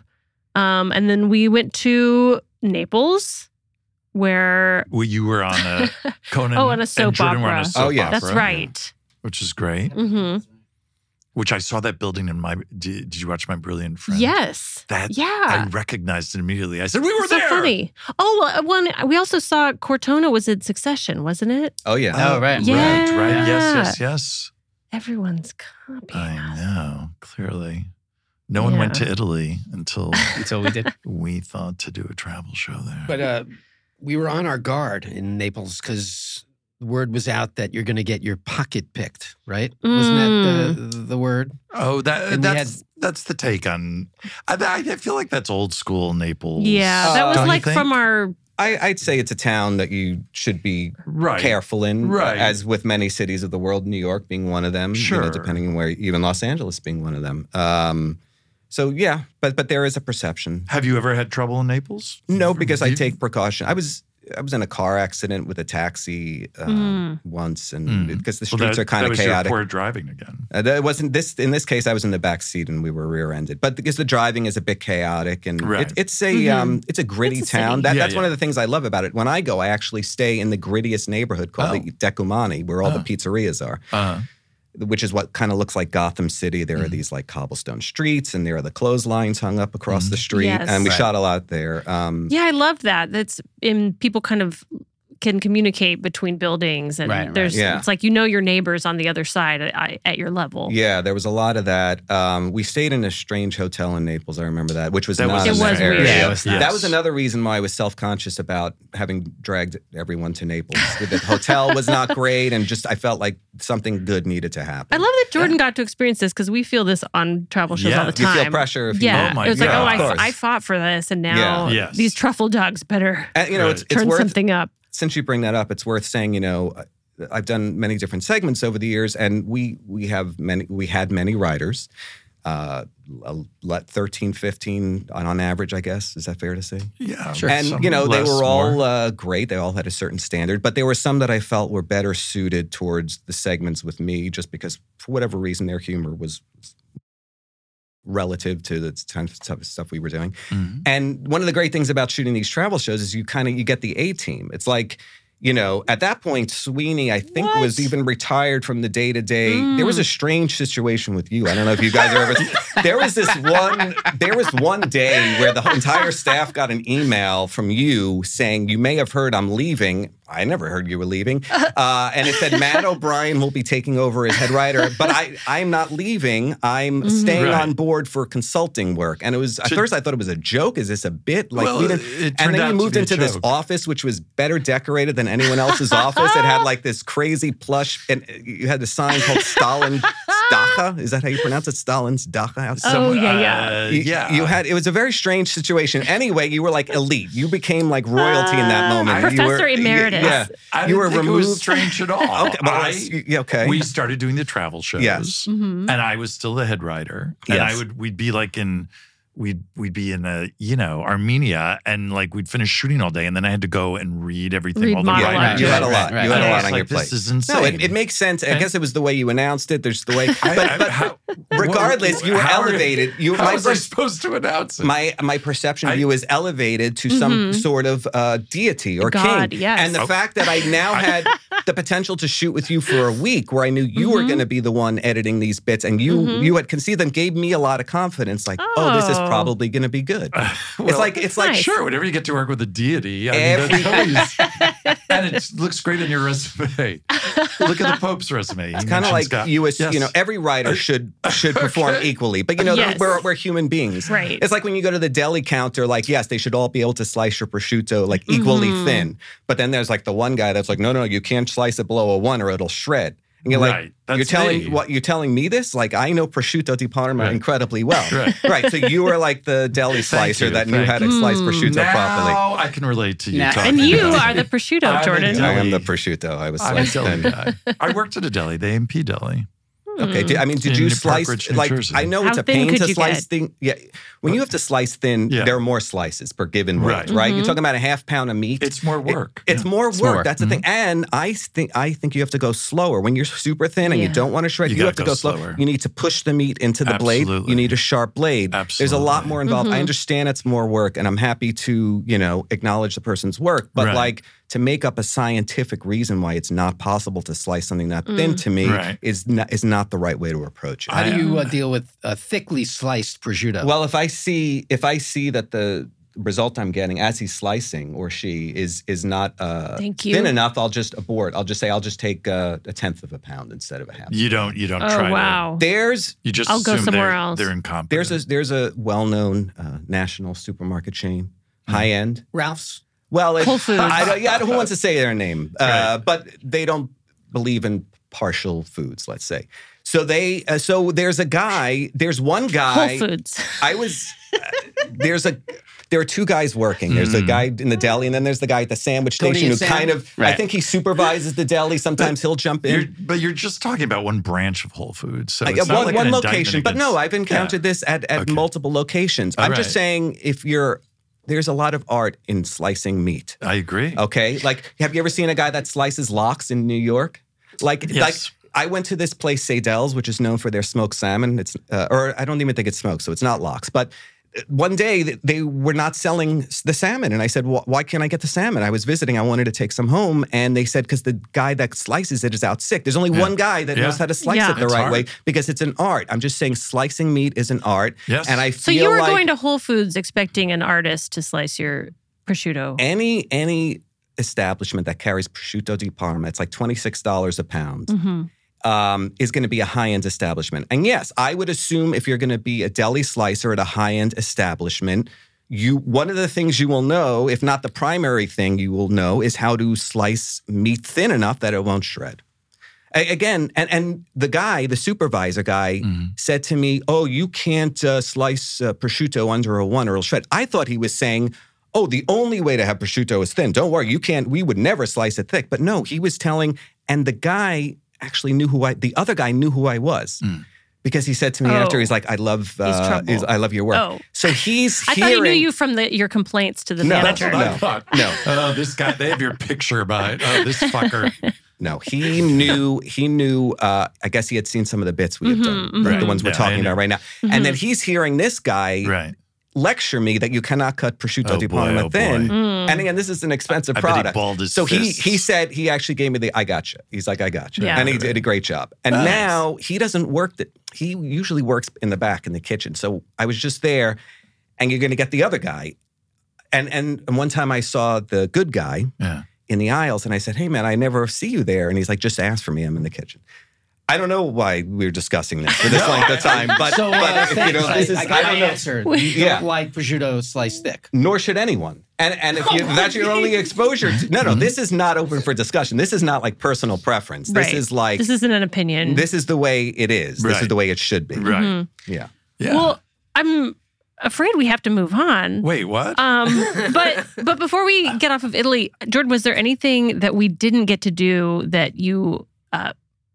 S2: Um, and then we went to Naples, where
S1: Well, you were on a Conan.
S2: oh, on a
S1: and
S2: soap
S1: Jordan were on
S2: opera.
S1: a
S4: Oh,
S1: soap
S2: that's
S1: opera,
S2: right.
S1: Which is great.
S2: hmm
S1: Which I saw that building in my. Did, did you watch my brilliant friend?
S2: Yes.
S1: That
S2: yeah.
S1: I recognized it immediately. I said we were
S2: so
S1: there.
S2: funny. Oh, well, uh, one we also saw Cortona was in Succession, wasn't it?
S4: Oh, yeah.
S3: Oh, right.
S2: Yeah.
S1: Right. Right. Yes. Yes. Yes.
S2: Everyone's copying.
S1: I know. Clearly, no one went
S2: Yeah.
S1: to Italy until
S3: until we did.
S1: We
S5: uh,
S1: thought to do a travel show there.
S5: But uh, we were on our guard in Naples because word was out that you're going to get your pocket picked, right? Wasn't that the, the word?
S1: Oh, that
S5: And we
S1: that's that's the take on. I, I feel like that's old school Naples.
S11: Yeah, that was
S1: Oh. Don't you
S11: like
S1: think?
S11: from our.
S4: I, I'd say it's a town that you should be
S1: Right.
S4: careful in, uh,
S1: Right.
S4: as with many cities of the world, New York being one of them, you know,
S1: Sure.
S4: depending on where, even Los Angeles being one of them. Um, so yeah, but but there is a perception.
S1: Have you ever had trouble in Naples?
S4: No, because I take precaution. I was I was in a car accident with a taxi um,
S1: Mm.
S4: once, and because the
S1: Well,
S4: streets
S1: that-
S4: are kind
S1: that
S4: of
S1: was your
S4: chaotic.
S1: Poor driving again.
S4: Uh, that- it wasn't this in this case. I was in the back seat and we were rear-ended, but because the driving is a bit chaotic and
S1: Right.
S4: it, it's a
S1: Mhm.
S4: um, it's a gritty
S1: It's a city.
S4: town. That,
S1: Yeah,
S4: that's one
S1: yeah.
S4: of the things I love about it. When I go, I actually stay in the grittiest neighborhood
S1: Oh.
S4: called the Decumani, where all the pizzerias are,
S1: Uh,
S4: which is what kind of looks like Gotham City. There are
S1: Mm-hmm.
S4: these like cobblestone streets, and there are the clotheslines hung up across
S1: Mm-hmm.
S4: the street,
S11: Yes.
S4: and we
S11: Right.
S4: shot a lot there. Um,
S11: Yeah, I love that. That's in people kind of can communicate between buildings, and
S4: Right, right.
S11: there's
S4: Yeah.
S11: it's like you know your neighbors on the other side at, at your level.
S4: Yeah, there was a lot of that. Um, we stayed in a strange hotel in Naples. I remember that, which was
S11: That was
S4: not in
S11: It
S4: that
S11: was
S4: area.
S11: weird. Yeah, it was
S4: That
S11: nuts.
S4: was another reason why I was self conscious about having dragged everyone to Naples. the hotel was not great, and just I felt like something good needed to happen.
S11: I love that Jordan got to experience this because we feel this on travel shows
S4: Yeah.
S11: all the
S4: You
S11: time.
S4: feel pressure if you-
S11: yeah.
S4: Oh my
S11: it was
S4: God.
S11: like,
S4: Of
S11: oh,
S4: course.
S11: I, I fought for this, and now
S4: Yeah. Yes.
S11: these truffle dogs better
S4: And, you know, it's- it's
S11: turn
S4: worth-
S11: something up.
S4: since you bring that up, it's worth saying, you know, uh, I've done many different segments over the years, and we we have many we had many writers. Uh, a- let 13, 15 on, on average, I guess. Is that fair to say?
S1: Yeah, Sure.
S4: And,
S1: some
S4: you know, they
S1: less,
S4: were
S1: more.
S4: all uh, great. They all had a certain standard, but there were some that I felt were better suited towards the segments with me just because, for whatever reason, their humor was relative to the kind of stuff- stuff we were doing.
S1: Mm-hmm.
S4: And one of the great things about shooting these travel shows is you kind of you get the A team. It's like you know, at that point, Sweeney, I think, was even retired from the day to day. There was a strange situation with you. I don't know if you guys are ever. there was this one. There was one day where the entire staff got an email from you saying you may have heard I'm leaving. I never heard you were leaving, uh, and it said Matt O'Brien will be taking over as head writer. But I, I'm not leaving. I'm
S1: Mhm.
S4: staying
S1: Right.
S4: on board for consulting work. And it was at
S1: Should-
S4: first I thought it was a joke. Is this a bit? Like
S1: Well,
S4: we didn't,
S1: it
S4: and
S1: turned
S4: then
S1: out
S4: we
S1: to
S4: moved
S1: be a
S4: into this
S1: joke.
S4: office, which was better decorated than anyone else's office. It had like this crazy plush, and you had a sign called Stalin Dacha. Is that how you pronounce it? Stalin's Dacha. outside?
S1: Oh, yeah, yeah. Uh,
S4: You-
S1: yeah.
S4: You had it was a very strange situation. Anyway, you were like elite. You became like royalty in that moment. You were-
S11: Uh, Professor emeritus.
S4: Yeah,
S1: I
S4: you
S1: didn't
S4: were
S1: think
S4: removed.
S1: It was strange at all.
S4: okay, well,
S1: I-
S4: that's- yeah, okay.
S1: We started doing the travel shows.
S4: Yes.
S2: Mm-hmm.
S11: Mhm.
S1: And I was still the head writer. And
S4: Yes.
S1: I would we'd be like in we'd we'd be in a, you know, Armenia and like we'd finish shooting all day and then I had to go and read everything
S4: Read
S1: all the
S4: monologues.
S1: writers.
S4: Yeah, right, you had a lot. You had
S1: And
S4: a
S1: I
S4: lot
S1: was
S4: on
S1: like,
S4: your plate.
S1: This is insane.
S4: No, it, it makes sense. I guess it was the way you announced it. There's the way, but, but regardless, you were
S1: How are-
S4: elevated. You,
S1: how
S4: my
S1: was I
S4: pers-
S1: supposed to announce it?
S4: my my perception of you is elevated to some
S1: Mhm.
S4: sort of uh, deity or
S1: God,
S4: king.
S1: yes.
S4: And the
S1: Oh.
S4: fact that I now had the potential to shoot with you for a week, where I knew you
S1: Mm-hmm.
S4: were going to be the one editing these bits, and you
S1: Mhm.
S4: you had conceived them, gave me a lot of confidence. Like, oh, this is
S1: Oh. Uh,
S4: probably going to be good.
S1: Well,
S4: it's like it's like
S1: sure. Whenever you get to work with a deity, I mean,
S4: Every-
S1: that's always- and it looks great on your resume. Look at the Pope's resume. He
S4: It's kind
S1: mentions
S4: of like
S1: God.
S4: you, as,
S1: Yes. Uh,
S4: you know, every writer should should perform equally. But you know,
S1: Yes.
S4: we're, we're human beings.
S1: Right.
S4: It's like when you go to the deli counter. Like, yes, they should all be able to slice your prosciutto like equally
S1: Mhm.
S4: thin. But then there's like the one guy that's like, no, no, you can't slice it below a one or it'll shred. And you're
S1: Right.
S4: like, you're
S1: That's
S4: telling
S1: me.
S4: what you're telling me this? Like, I know prosciutto di Parma
S1: Right.
S4: incredibly well.
S1: Right.
S4: So you were like the deli slicer
S1: you,
S4: that knew
S1: thank
S4: how to
S1: you.
S4: slice prosciutto
S1: now
S4: properly.
S1: I can relate to you.
S4: Now-
S1: talking
S11: And you
S1: about
S11: are
S1: it.
S11: the
S1: I'm
S11: prosciutto,
S1: a
S11: Jordan.
S4: I
S1: deli.
S4: am the prosciutto. I was
S1: I'm a
S4: sliced
S1: deli
S4: thin.
S1: guy. I worked at a deli, the MP deli.
S11: Mm-hmm.
S4: Okay. do- I mean, did
S1: In
S4: you
S1: Park
S4: slice
S1: Ridge, New
S4: like
S1: Jersey.
S4: I know
S1: Mm-hmm. How
S4: it's a
S1: thin
S4: pain
S1: could
S4: to
S1: you
S4: slice
S1: get?
S4: thin. Yeah, when you have to slice thin, there are more slices per given weight, right?
S1: Right.
S4: You're
S1: Mhm.
S4: talking about a half pound of meat.
S1: It's more work.
S4: it's more work.
S1: more.
S4: That's the thing.
S1: Mm-hmm.
S4: And I think I think you have to go slower when you're super thin and you
S1: Yeah.
S4: don't want to shred.
S1: You
S4: You,
S1: gotta
S4: have to
S1: go
S4: go slower.
S1: slower.
S4: You need to push the meat into the blade. You
S1: Absolutely.
S4: need a sharp blade. There's a lot more involved. I
S1: Mhm.
S4: understand it's more work, and I'm happy to you know acknowledge the person's work, but
S1: Right.
S4: like to make up a scientific reason why it's not possible to slice something that thin
S5: Mm.
S4: to me
S1: Right.
S4: is not is not the right way to approach it.
S5: How do you uh, deal with uh, thickly sliced prosciutto?
S4: Well, if I see if I see that the result I'm getting as he's slicing or she is is not uh,
S11: Thank you.
S4: thin enough, I'll just abort. I'll just say I'll just take uh, a tenth of a pound instead of a half.
S1: You don't. You don't
S11: Oh,
S1: try.
S11: wow.
S1: To,
S4: There's
S1: you just.
S11: I'll go
S1: assume
S11: somewhere
S1: they're,
S11: else.
S1: They're incompetent. Hmm.
S4: There's a there's a well known uh, national supermarket chain, high end.
S5: Ralph's.
S4: Well, it,
S11: Whole Foods.
S4: I don't, yeah, I don't want to say their name, uh, but they don't believe in partial foods. Let's say. So they, uh, so there's a guy. There's one guy.
S11: Whole Foods.
S4: I was uh, there's a there are two guys working. There's
S1: Hmm.
S4: the guy in the deli, and then there's the guy at the sandwich
S1: Go to
S4: station
S1: your
S4: who kind
S1: sandwich.
S4: of I
S1: Right.
S4: think he supervises the deli. Sometimes he'll jump in.
S1: You're, but you're just talking about one branch of Whole Foods. So
S4: Like,
S1: it's
S4: uh,
S1: not
S4: one
S1: like
S4: one
S1: an indictment
S4: location, but
S1: against-
S4: no, I've encountered
S1: Yeah.
S4: this at, at multiple locations.
S1: All
S4: I'm just
S1: right.
S4: saying, if you're there's a lot of art in slicing meat.
S1: I agree.
S4: Okay, like have you ever seen a guy that slices locks in New York? Like,
S1: Yes.
S4: like I went to this place Seidel's, which is known for their smoked salmon. It's uh, or I don't even think it's smoked, so it's not locks, but. uh, One day th- they were not selling s- the salmon, and I said, "Wh- "Why can't I get the salmon?" I was visiting; I wanted to take some home, and they said, "Because the guy that slices it is out sick. There's only
S1: Yeah.
S4: one guy that
S1: Yeah.
S4: knows how to slice
S11: Yeah.
S4: it the
S11: It's
S4: right
S11: hard.
S4: way because it's an art." I'm just saying, slicing meat is an art, yes. and I feel
S11: So you were
S4: like
S11: going to Whole Foods expecting an artist to slice your prosciutto.
S4: any any establishment that carries prosciutto di parma it's like $26 a pound
S11: Mhm.
S4: um, is going to be a high-end establishment and yes i would assume if you're going to be a deli slicer at a high-end establishment you one of the things you will know if not the primary thing you will know is how to slice meat thin enough that it won't shred A- again and and the guy the supervisor guy said to me oh you can't uh, slice uh, prosciutto under a one or it'll shred i thought he was saying oh the only way to have prosciutto is thin don't worry you can't we would never slice it thick but no he was telling and the guy actually knew who i the other guy knew who i was because he said to me after
S11: Oh.
S4: he's like i love
S11: He's
S4: uh,
S11: trouble.
S4: is, i love your work
S11: Oh.
S4: so he's
S11: I thought
S4: hearing
S11: he knew you from the, your complaints to the
S4: No,
S11: manager.
S4: that's what I thought. No.
S1: Oh, this guy, they have your picture by it. Oh, this fucker.
S4: No, he knew. He knew. Uh, I guess he had seen some of the bits we had done,
S1: Mhm, mhm.
S4: right, the
S1: Right.
S4: ones we're
S1: Yeah, I
S4: talking
S1: know.
S4: about right now.
S11: Mm-hmm.
S1: Mhm.
S4: And then he's hearing this guy lecture me that you cannot cut prosciutto
S1: Oh
S4: di
S1: boy,
S4: Parma
S1: oh
S4: thin.
S2: Mm-hmm.
S1: boy. Mm.
S4: And again, this is an expensive
S1: I bet he
S4: product.
S1: balled his
S4: so he
S1: fists.
S4: he said he actually gave me the I gotcha. He's like I gotcha,
S1: Yeah.
S4: and he did a great job. And
S1: Nice.
S4: now he doesn't work that he usually works in the back in the kitchen. So I was just there, and you're going to get the other guy. And and and one time I saw the good guy
S1: Yeah.
S4: in the aisles and I said, Hey man, I never see you there. And he's like, just ask for me. I'm in the kitchen. I don't know why we are discussing this for this length of time, but,
S5: so, uh,
S4: but you
S5: thanks.
S4: know, this
S5: I,
S4: is
S5: I got
S4: don't
S5: an
S4: know.
S5: answer. You
S4: Yeah.
S5: don't like prosciutto sliced thick.
S4: Nor should anyone. And and if you,
S5: Oh,
S4: that's your only exposure to
S1: Mm-hmm.
S4: no, no, this is not open for discussion. This is not like personal preference. This
S11: Right.
S4: is like
S11: this isn't an opinion.
S4: this is the way it is. This is
S1: Right.
S4: the way it should be.
S1: Right.
S11: Mhm.
S4: Yeah.
S11: Well, I'm afraid we have to move on.
S1: Wait, what?
S11: Um, but but before we get off of Italy, Jordan, was there anything that we didn't get to do that you uh,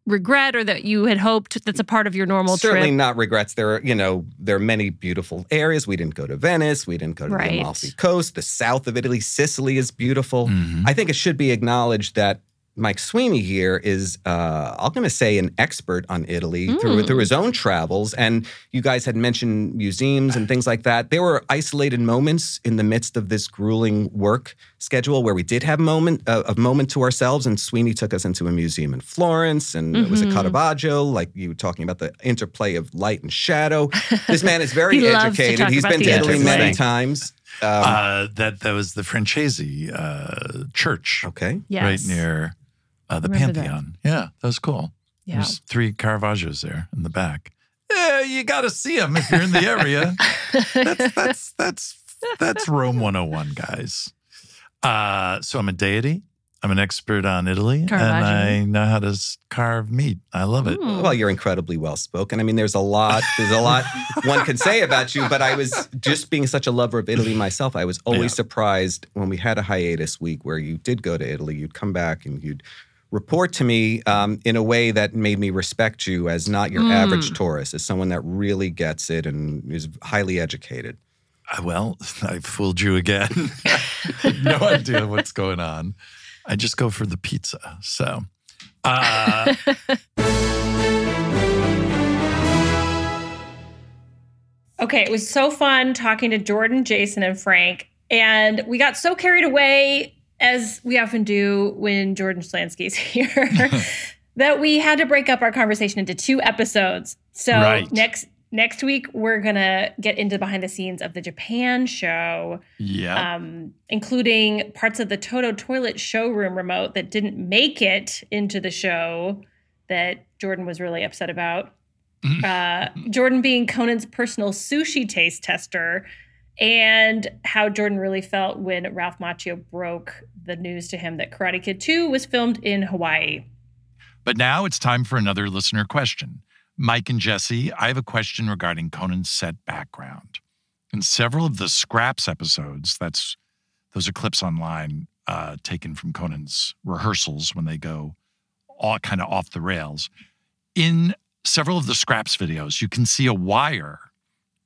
S11: regret or that you had hoped that's a part of your normal
S4: Certainly
S11: trip?
S4: not regrets. There are, you know, there are many beautiful areas. We didn't go to Venice. We didn't go to the
S11: Right.
S4: Amalfi Coast. The south of Italy, Sicily is beautiful.
S1: Mm-hmm.
S4: I think it should be acknowledged that Mike Sweeney here is, uh, I'm going to say, an expert on Italy through
S9: Mm.
S4: through his own travels. And you guys had mentioned museums and things like that. There were isolated moments in the midst of this grueling work schedule where we did have moment uh, a moment to ourselves. And Sweeney took us into a museum in Florence, and it was a
S9: Mhm.
S4: Caravaggio, like you were talking about the interplay of light and shadow. This man is very
S9: He loves to
S4: educated.
S9: talk
S4: He's
S9: about
S4: been
S9: the
S4: to Italy
S9: interplay.
S4: many times. Um,
S1: uh, that that was the Francesi uh, church.
S4: Um, Okay.
S11: Yes.
S1: Right near uh, the
S11: Remember that.
S1: Pantheon. Yeah, that was cool.
S11: Yeah.
S1: There's three Caravaggios there in the back. Yeah, you got to see them if you're in the area. that's that's that's that's Rome 101, guys. Uh, so I'm a deity. I'm an expert on Italy, and
S4: Caravaggio.
S1: I know how to s- carve meat. I love it.
S11: Hmm.
S4: Well, you're incredibly well spoken. I mean, there's a lot, there's a lot one can say about you, but I was just being such a lover of Italy myself, I was always surprised when we had a hiatus week where you did go to Italy, you'd come back and you'd report to me um, in a way that made me respect you as not your
S1: Mm.
S4: average tourist, as someone that really gets it and is highly educated.
S1: Uh, Well, I fooled you again. I have no idea what's going on. I just go for the pizza. So, uh,
S2: Okay, it was so fun talking to Jordan, Jason, and Frank. And we got so carried away, as we often do when Jordan Slansky's here, that we had to break up our conversation into two episodes. So
S12: Right.
S2: next next week we're gonna get into the behind the scenes of the Japan show.
S12: Yeah.
S2: Um, including parts of the Toto toilet showroom remote that didn't make it into the show that Jordan was really upset
S1: Mm.
S2: about. Uh, Jordan being Conan's personal sushi taste tester and how Jordan really felt when Ralph Macchio broke the news to him that Karate Kid 2 was filmed in Hawaii.
S1: But now it's time for another listener question. Mike and Jesse, I have a question regarding Conan's set background. In several of the scraps episodes, that's those are clips online uh, taken from Conan's rehearsals when they go all kind of off the rails. In several of the scraps videos, you can see a wire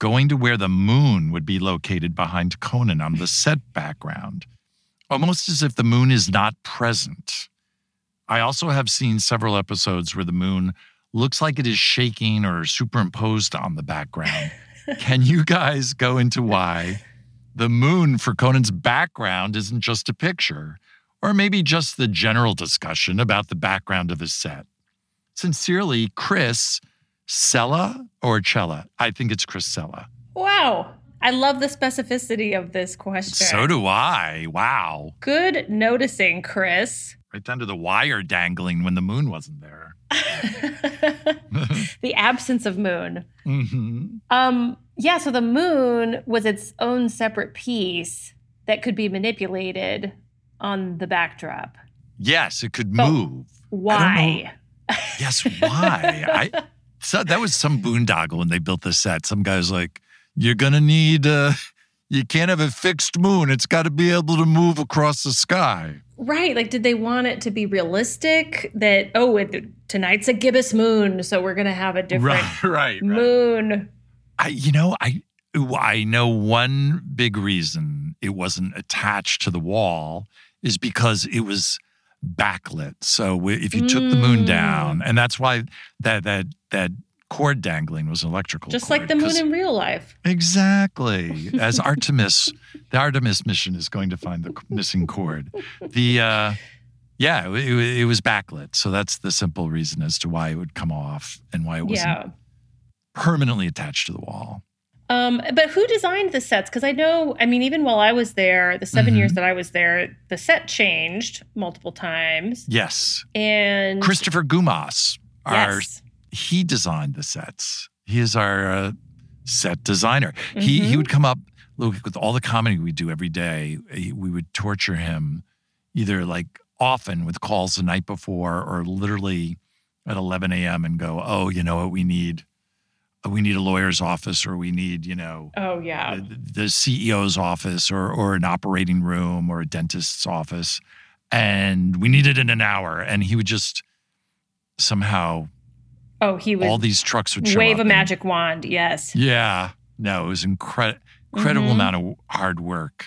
S1: going to where the moon would be located behind Conan on the set background, almost as if the moon is not present. I also have seen several episodes where the moon looks like it is shaking or superimposed on the background. Can you guys go into why the moon for Conan's background isn't just a picture, or maybe just the general discussion about the background of his set? Sincerely, Chris Sella or Cella? I think it's Chris Sella.
S2: Wow. I love the specificity of this question.
S1: So do I. Wow.
S2: Good noticing, Chris.
S1: Right down to the wire dangling when the moon wasn't there.
S2: The absence of moon.
S1: hmm
S2: Um, yeah, so the moon was its own separate piece that could be manipulated on the backdrop.
S1: Yes, it could move.
S2: Why?
S1: Yes, why? I so that was some boondoggle when they built the set. Some guy's like, "You're gonna need. Uh, you can't have a fixed moon. It's got to be able to move across the sky."
S2: Right. Like, did they want it to be realistic that, oh, it, tonight's a gibbous moon, so we're going to have a different
S1: Right, right, right.
S2: moon?
S1: I, you know, I I know one big reason it wasn't attached to the wall is because it was backlit. So w- if you took the moon
S2: Mm.
S1: down, and that's why that that that cord dangling was electrical.
S2: Just
S1: cord,
S2: like the moon
S1: Oh, 'cause-
S2: in real life.
S1: Exactly. As Artemis, the Artemis mission is going to find the missing cord. The uh, yeah, it, it- it was backlit, so that's the simple reason as to why it would come off and why it wasn't
S2: Yeah.
S1: permanently attached to the wall.
S2: Um, but who designed the sets? Because I know, I mean, even while I was there, the 7
S1: Mhm.
S2: years that I was there, the set changed multiple times.
S1: Yes,
S2: And
S1: Christopher Gumas, our
S2: Yes.
S1: he designed the sets. He is our uh, set designer. He he
S2: Mhm.
S1: would come up look with all the comedy we do every day. he- we would torture him either like often with calls the night before or literally at 11 a.m. and go, oh, you know what we need. Uh, We need a lawyer's office, or we need, you know,
S2: Oh, yeah.
S1: the, the CEO's office or or an operating room or a dentist's office, and we need it in an hour. And he would just somehow
S2: Oh, he would
S1: all these trucks would show
S2: wave
S1: up
S2: a
S1: and-
S2: magic wand. Yes.
S1: yeah, no, it was incre- incredible
S2: Mhm.
S1: amount of hard work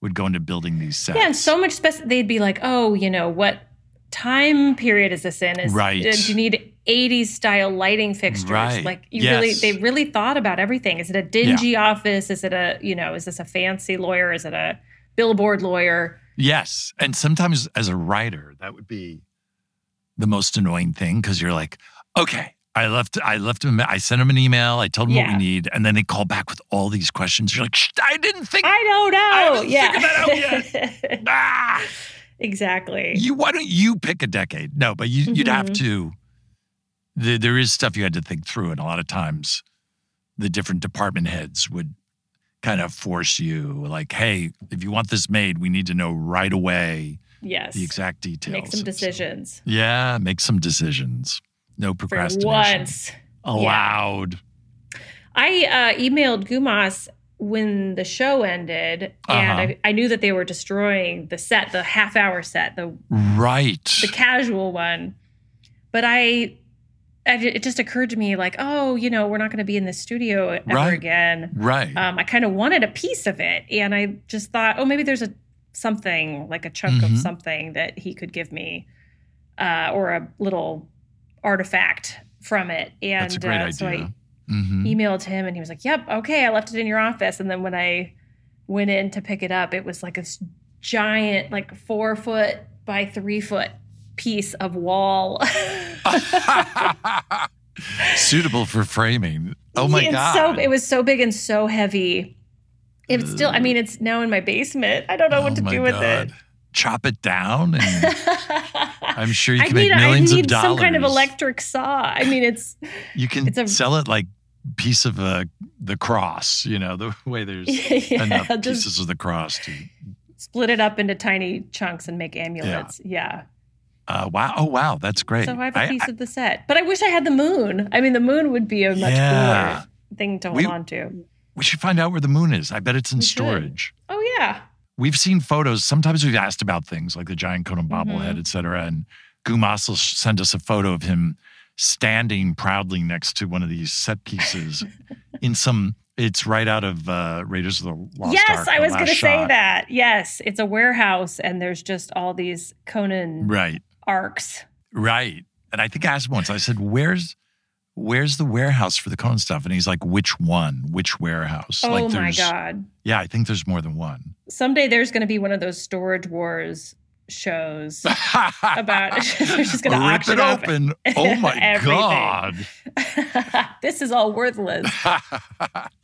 S1: would go into building these sets.
S2: Yeah, and so much spec. They'd be like, "Oh, you know, what time period is this in? Is
S1: Right.
S2: uh, do you need '80s style lighting fixtures?
S1: Right.
S2: Like, you
S1: Yes.
S2: really, they really thought about everything. Is it a dingy office? Is it a, you know, is this a fancy lawyer? Is it a billboard lawyer?
S1: Yes, and sometimes as a writer, that would be the most annoying thing because you're like, okay, I left, I left him, I sent him an email, I told him what
S2: Yeah.
S1: we need, and then they call back with all these questions. You're like, Shh, I didn't think.
S2: I don't know.
S1: haven't
S2: yeah,
S1: figured that ah,
S2: exactly.
S1: you why don't you pick a decade? No, but you, you'd have
S2: Mhm.
S1: to. The, there is stuff you had to think through, and a lot of times, the different department heads would kind of force you, like, "Hey, if you want this made, we need to know right away
S2: yes,
S1: the exact details."
S2: make some decisions
S1: yeah, make some decisions. No
S2: for
S1: procrastination
S2: once.
S1: allowed.
S2: I uh, emailed Gumas when the show ended, and
S1: Uh-huh.
S2: I, I knew that they were destroying the set, the half hour set, the
S1: Right.
S2: the casual one. But I, I ju- it just occurred to me like, oh, you know, we're not going to be in the studio ever
S1: Right.
S2: again.
S1: Right.
S2: Um, I kind of wanted a piece of it, and I just thought, oh, maybe there's a something like a chunk
S1: Mhm.
S2: of something that he could give me, uh, or a little artifact from it. And
S1: That's a great
S2: uh,
S1: idea.
S2: so I
S1: Mhm.
S2: emailed him and he was like, Yep, okay, I left it in your office. And then when I went in to pick it up, it was like this giant, like four foot by three foot piece of wall.
S1: Suitable for framing. Oh my
S2: It's
S1: god.
S2: So it was so big and so heavy. It's still, I mean, it's now in my basement. I don't know
S1: Oh
S2: what to do with it.
S1: Chop it down, and I'm sure you
S2: I
S1: can
S2: need,
S1: make
S2: I
S1: millions
S2: need
S1: of dollars.
S2: some kind of electric saw. I mean, it's
S1: you can sell it like piece of uh, the cross, you know, the way there's
S2: Yeah,
S1: enough
S2: just-
S1: pieces of the cross to.
S2: Split it up into tiny chunks and make amulets. Yeah.
S1: Uh, wow. Oh, wow. That's great.
S2: So I have a
S1: I-
S2: piece of the set. But I wish I had the moon. I mean, the moon would be a much
S1: Yeah.
S2: cooler thing to
S1: We-
S2: hold on to.
S1: we should find out where the moon is. I bet it's in
S2: We should.
S1: storage.
S2: Oh, yeah.
S1: We've seen photos. Sometimes we've asked about things like the giant Conan bobblehead,
S2: Mhm.
S1: et cetera. And Gumas will sh- send us a photo of him standing proudly next to one of these set pieces in some. It's right out of uh, Raiders of the Lost
S2: yes,
S1: Ark,
S2: I
S1: the
S2: was
S1: last
S2: going to say
S1: shot.
S2: that. Yes, it's a warehouse and there's just all these Conan
S1: Right,
S2: arcs.
S1: right. And I think I asked once. I said, "Where's, where's the warehouse for the Conan stuff?" And he's like, "Which one? Which warehouse?"
S2: oh
S1: like,
S2: my
S1: there's-
S2: God.
S1: Yeah, I think there's more than one.
S2: Someday there's going to be one of those storage wars shows about they're just going to
S1: Rip
S2: auction
S1: it
S2: off
S1: open. Oh my
S2: everything.
S1: God.
S2: this is all worthless.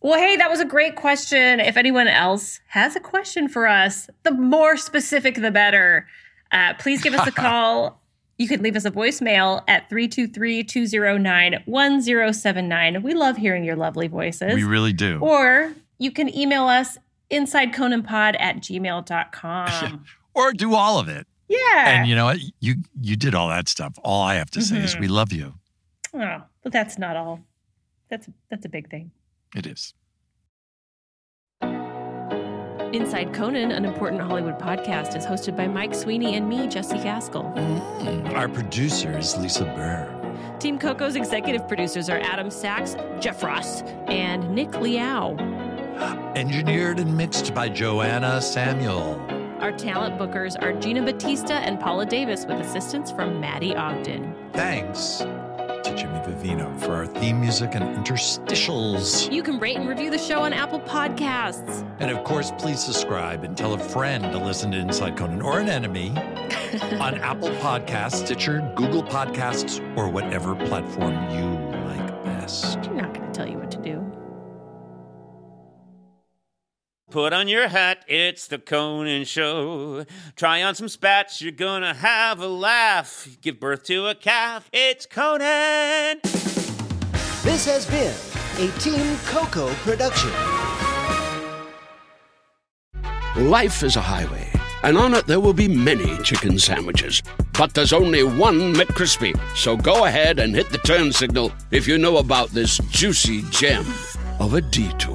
S2: well, hey, that was a great question. If anyone else has a question for us, the more specific, the better. Uh, please give us a call. You can leave us a voicemail at 323 209 1079. We love hearing your lovely voices.
S1: We really do.
S2: Or you can email us insideconanpod at gmail.com.
S1: or do all of it.
S2: Yeah.
S1: And you know what? You you did all that stuff. All I have to say is
S2: Mhm.
S1: we love you.
S2: oh, but that's not all. That's, that's a big thing.
S1: It is.
S11: Inside Conan, an important Hollywood podcast, is hosted by Mike Sweeney and me, Jesse Gaskell.
S12: Mm. Our producer is Lisa Burr.
S11: Team Coco's executive producers are Adam Sachs, Jeff Ross, and Nick Liao.
S12: Engineered and mixed by Joanna Samuel.
S11: Our talent bookers are Gina Batista and Paula Davis with assistance from Maddie Ogden.
S12: Thanks to Jimmy Vivino for our theme music and interstitials.
S11: You can rate and review the show on Apple Podcasts.
S12: And of course, please subscribe and tell a friend to listen to Inside Conan or an enemy on Apple Podcasts, Stitcher, Google Podcasts, or whatever platform you like best.
S11: I'm not going to tell you what to do.
S13: Put on your hat, it's the Conan Show. Try on some spats, you're gonna have a laugh. Give birth to a calf, it's Conan!
S14: This has been a Team Coco production.
S8: Life is a highway, and on it there will be many chicken sandwiches. But there's only one McCrispy. So go ahead and hit the turn signal if you know about this juicy gem of a detour.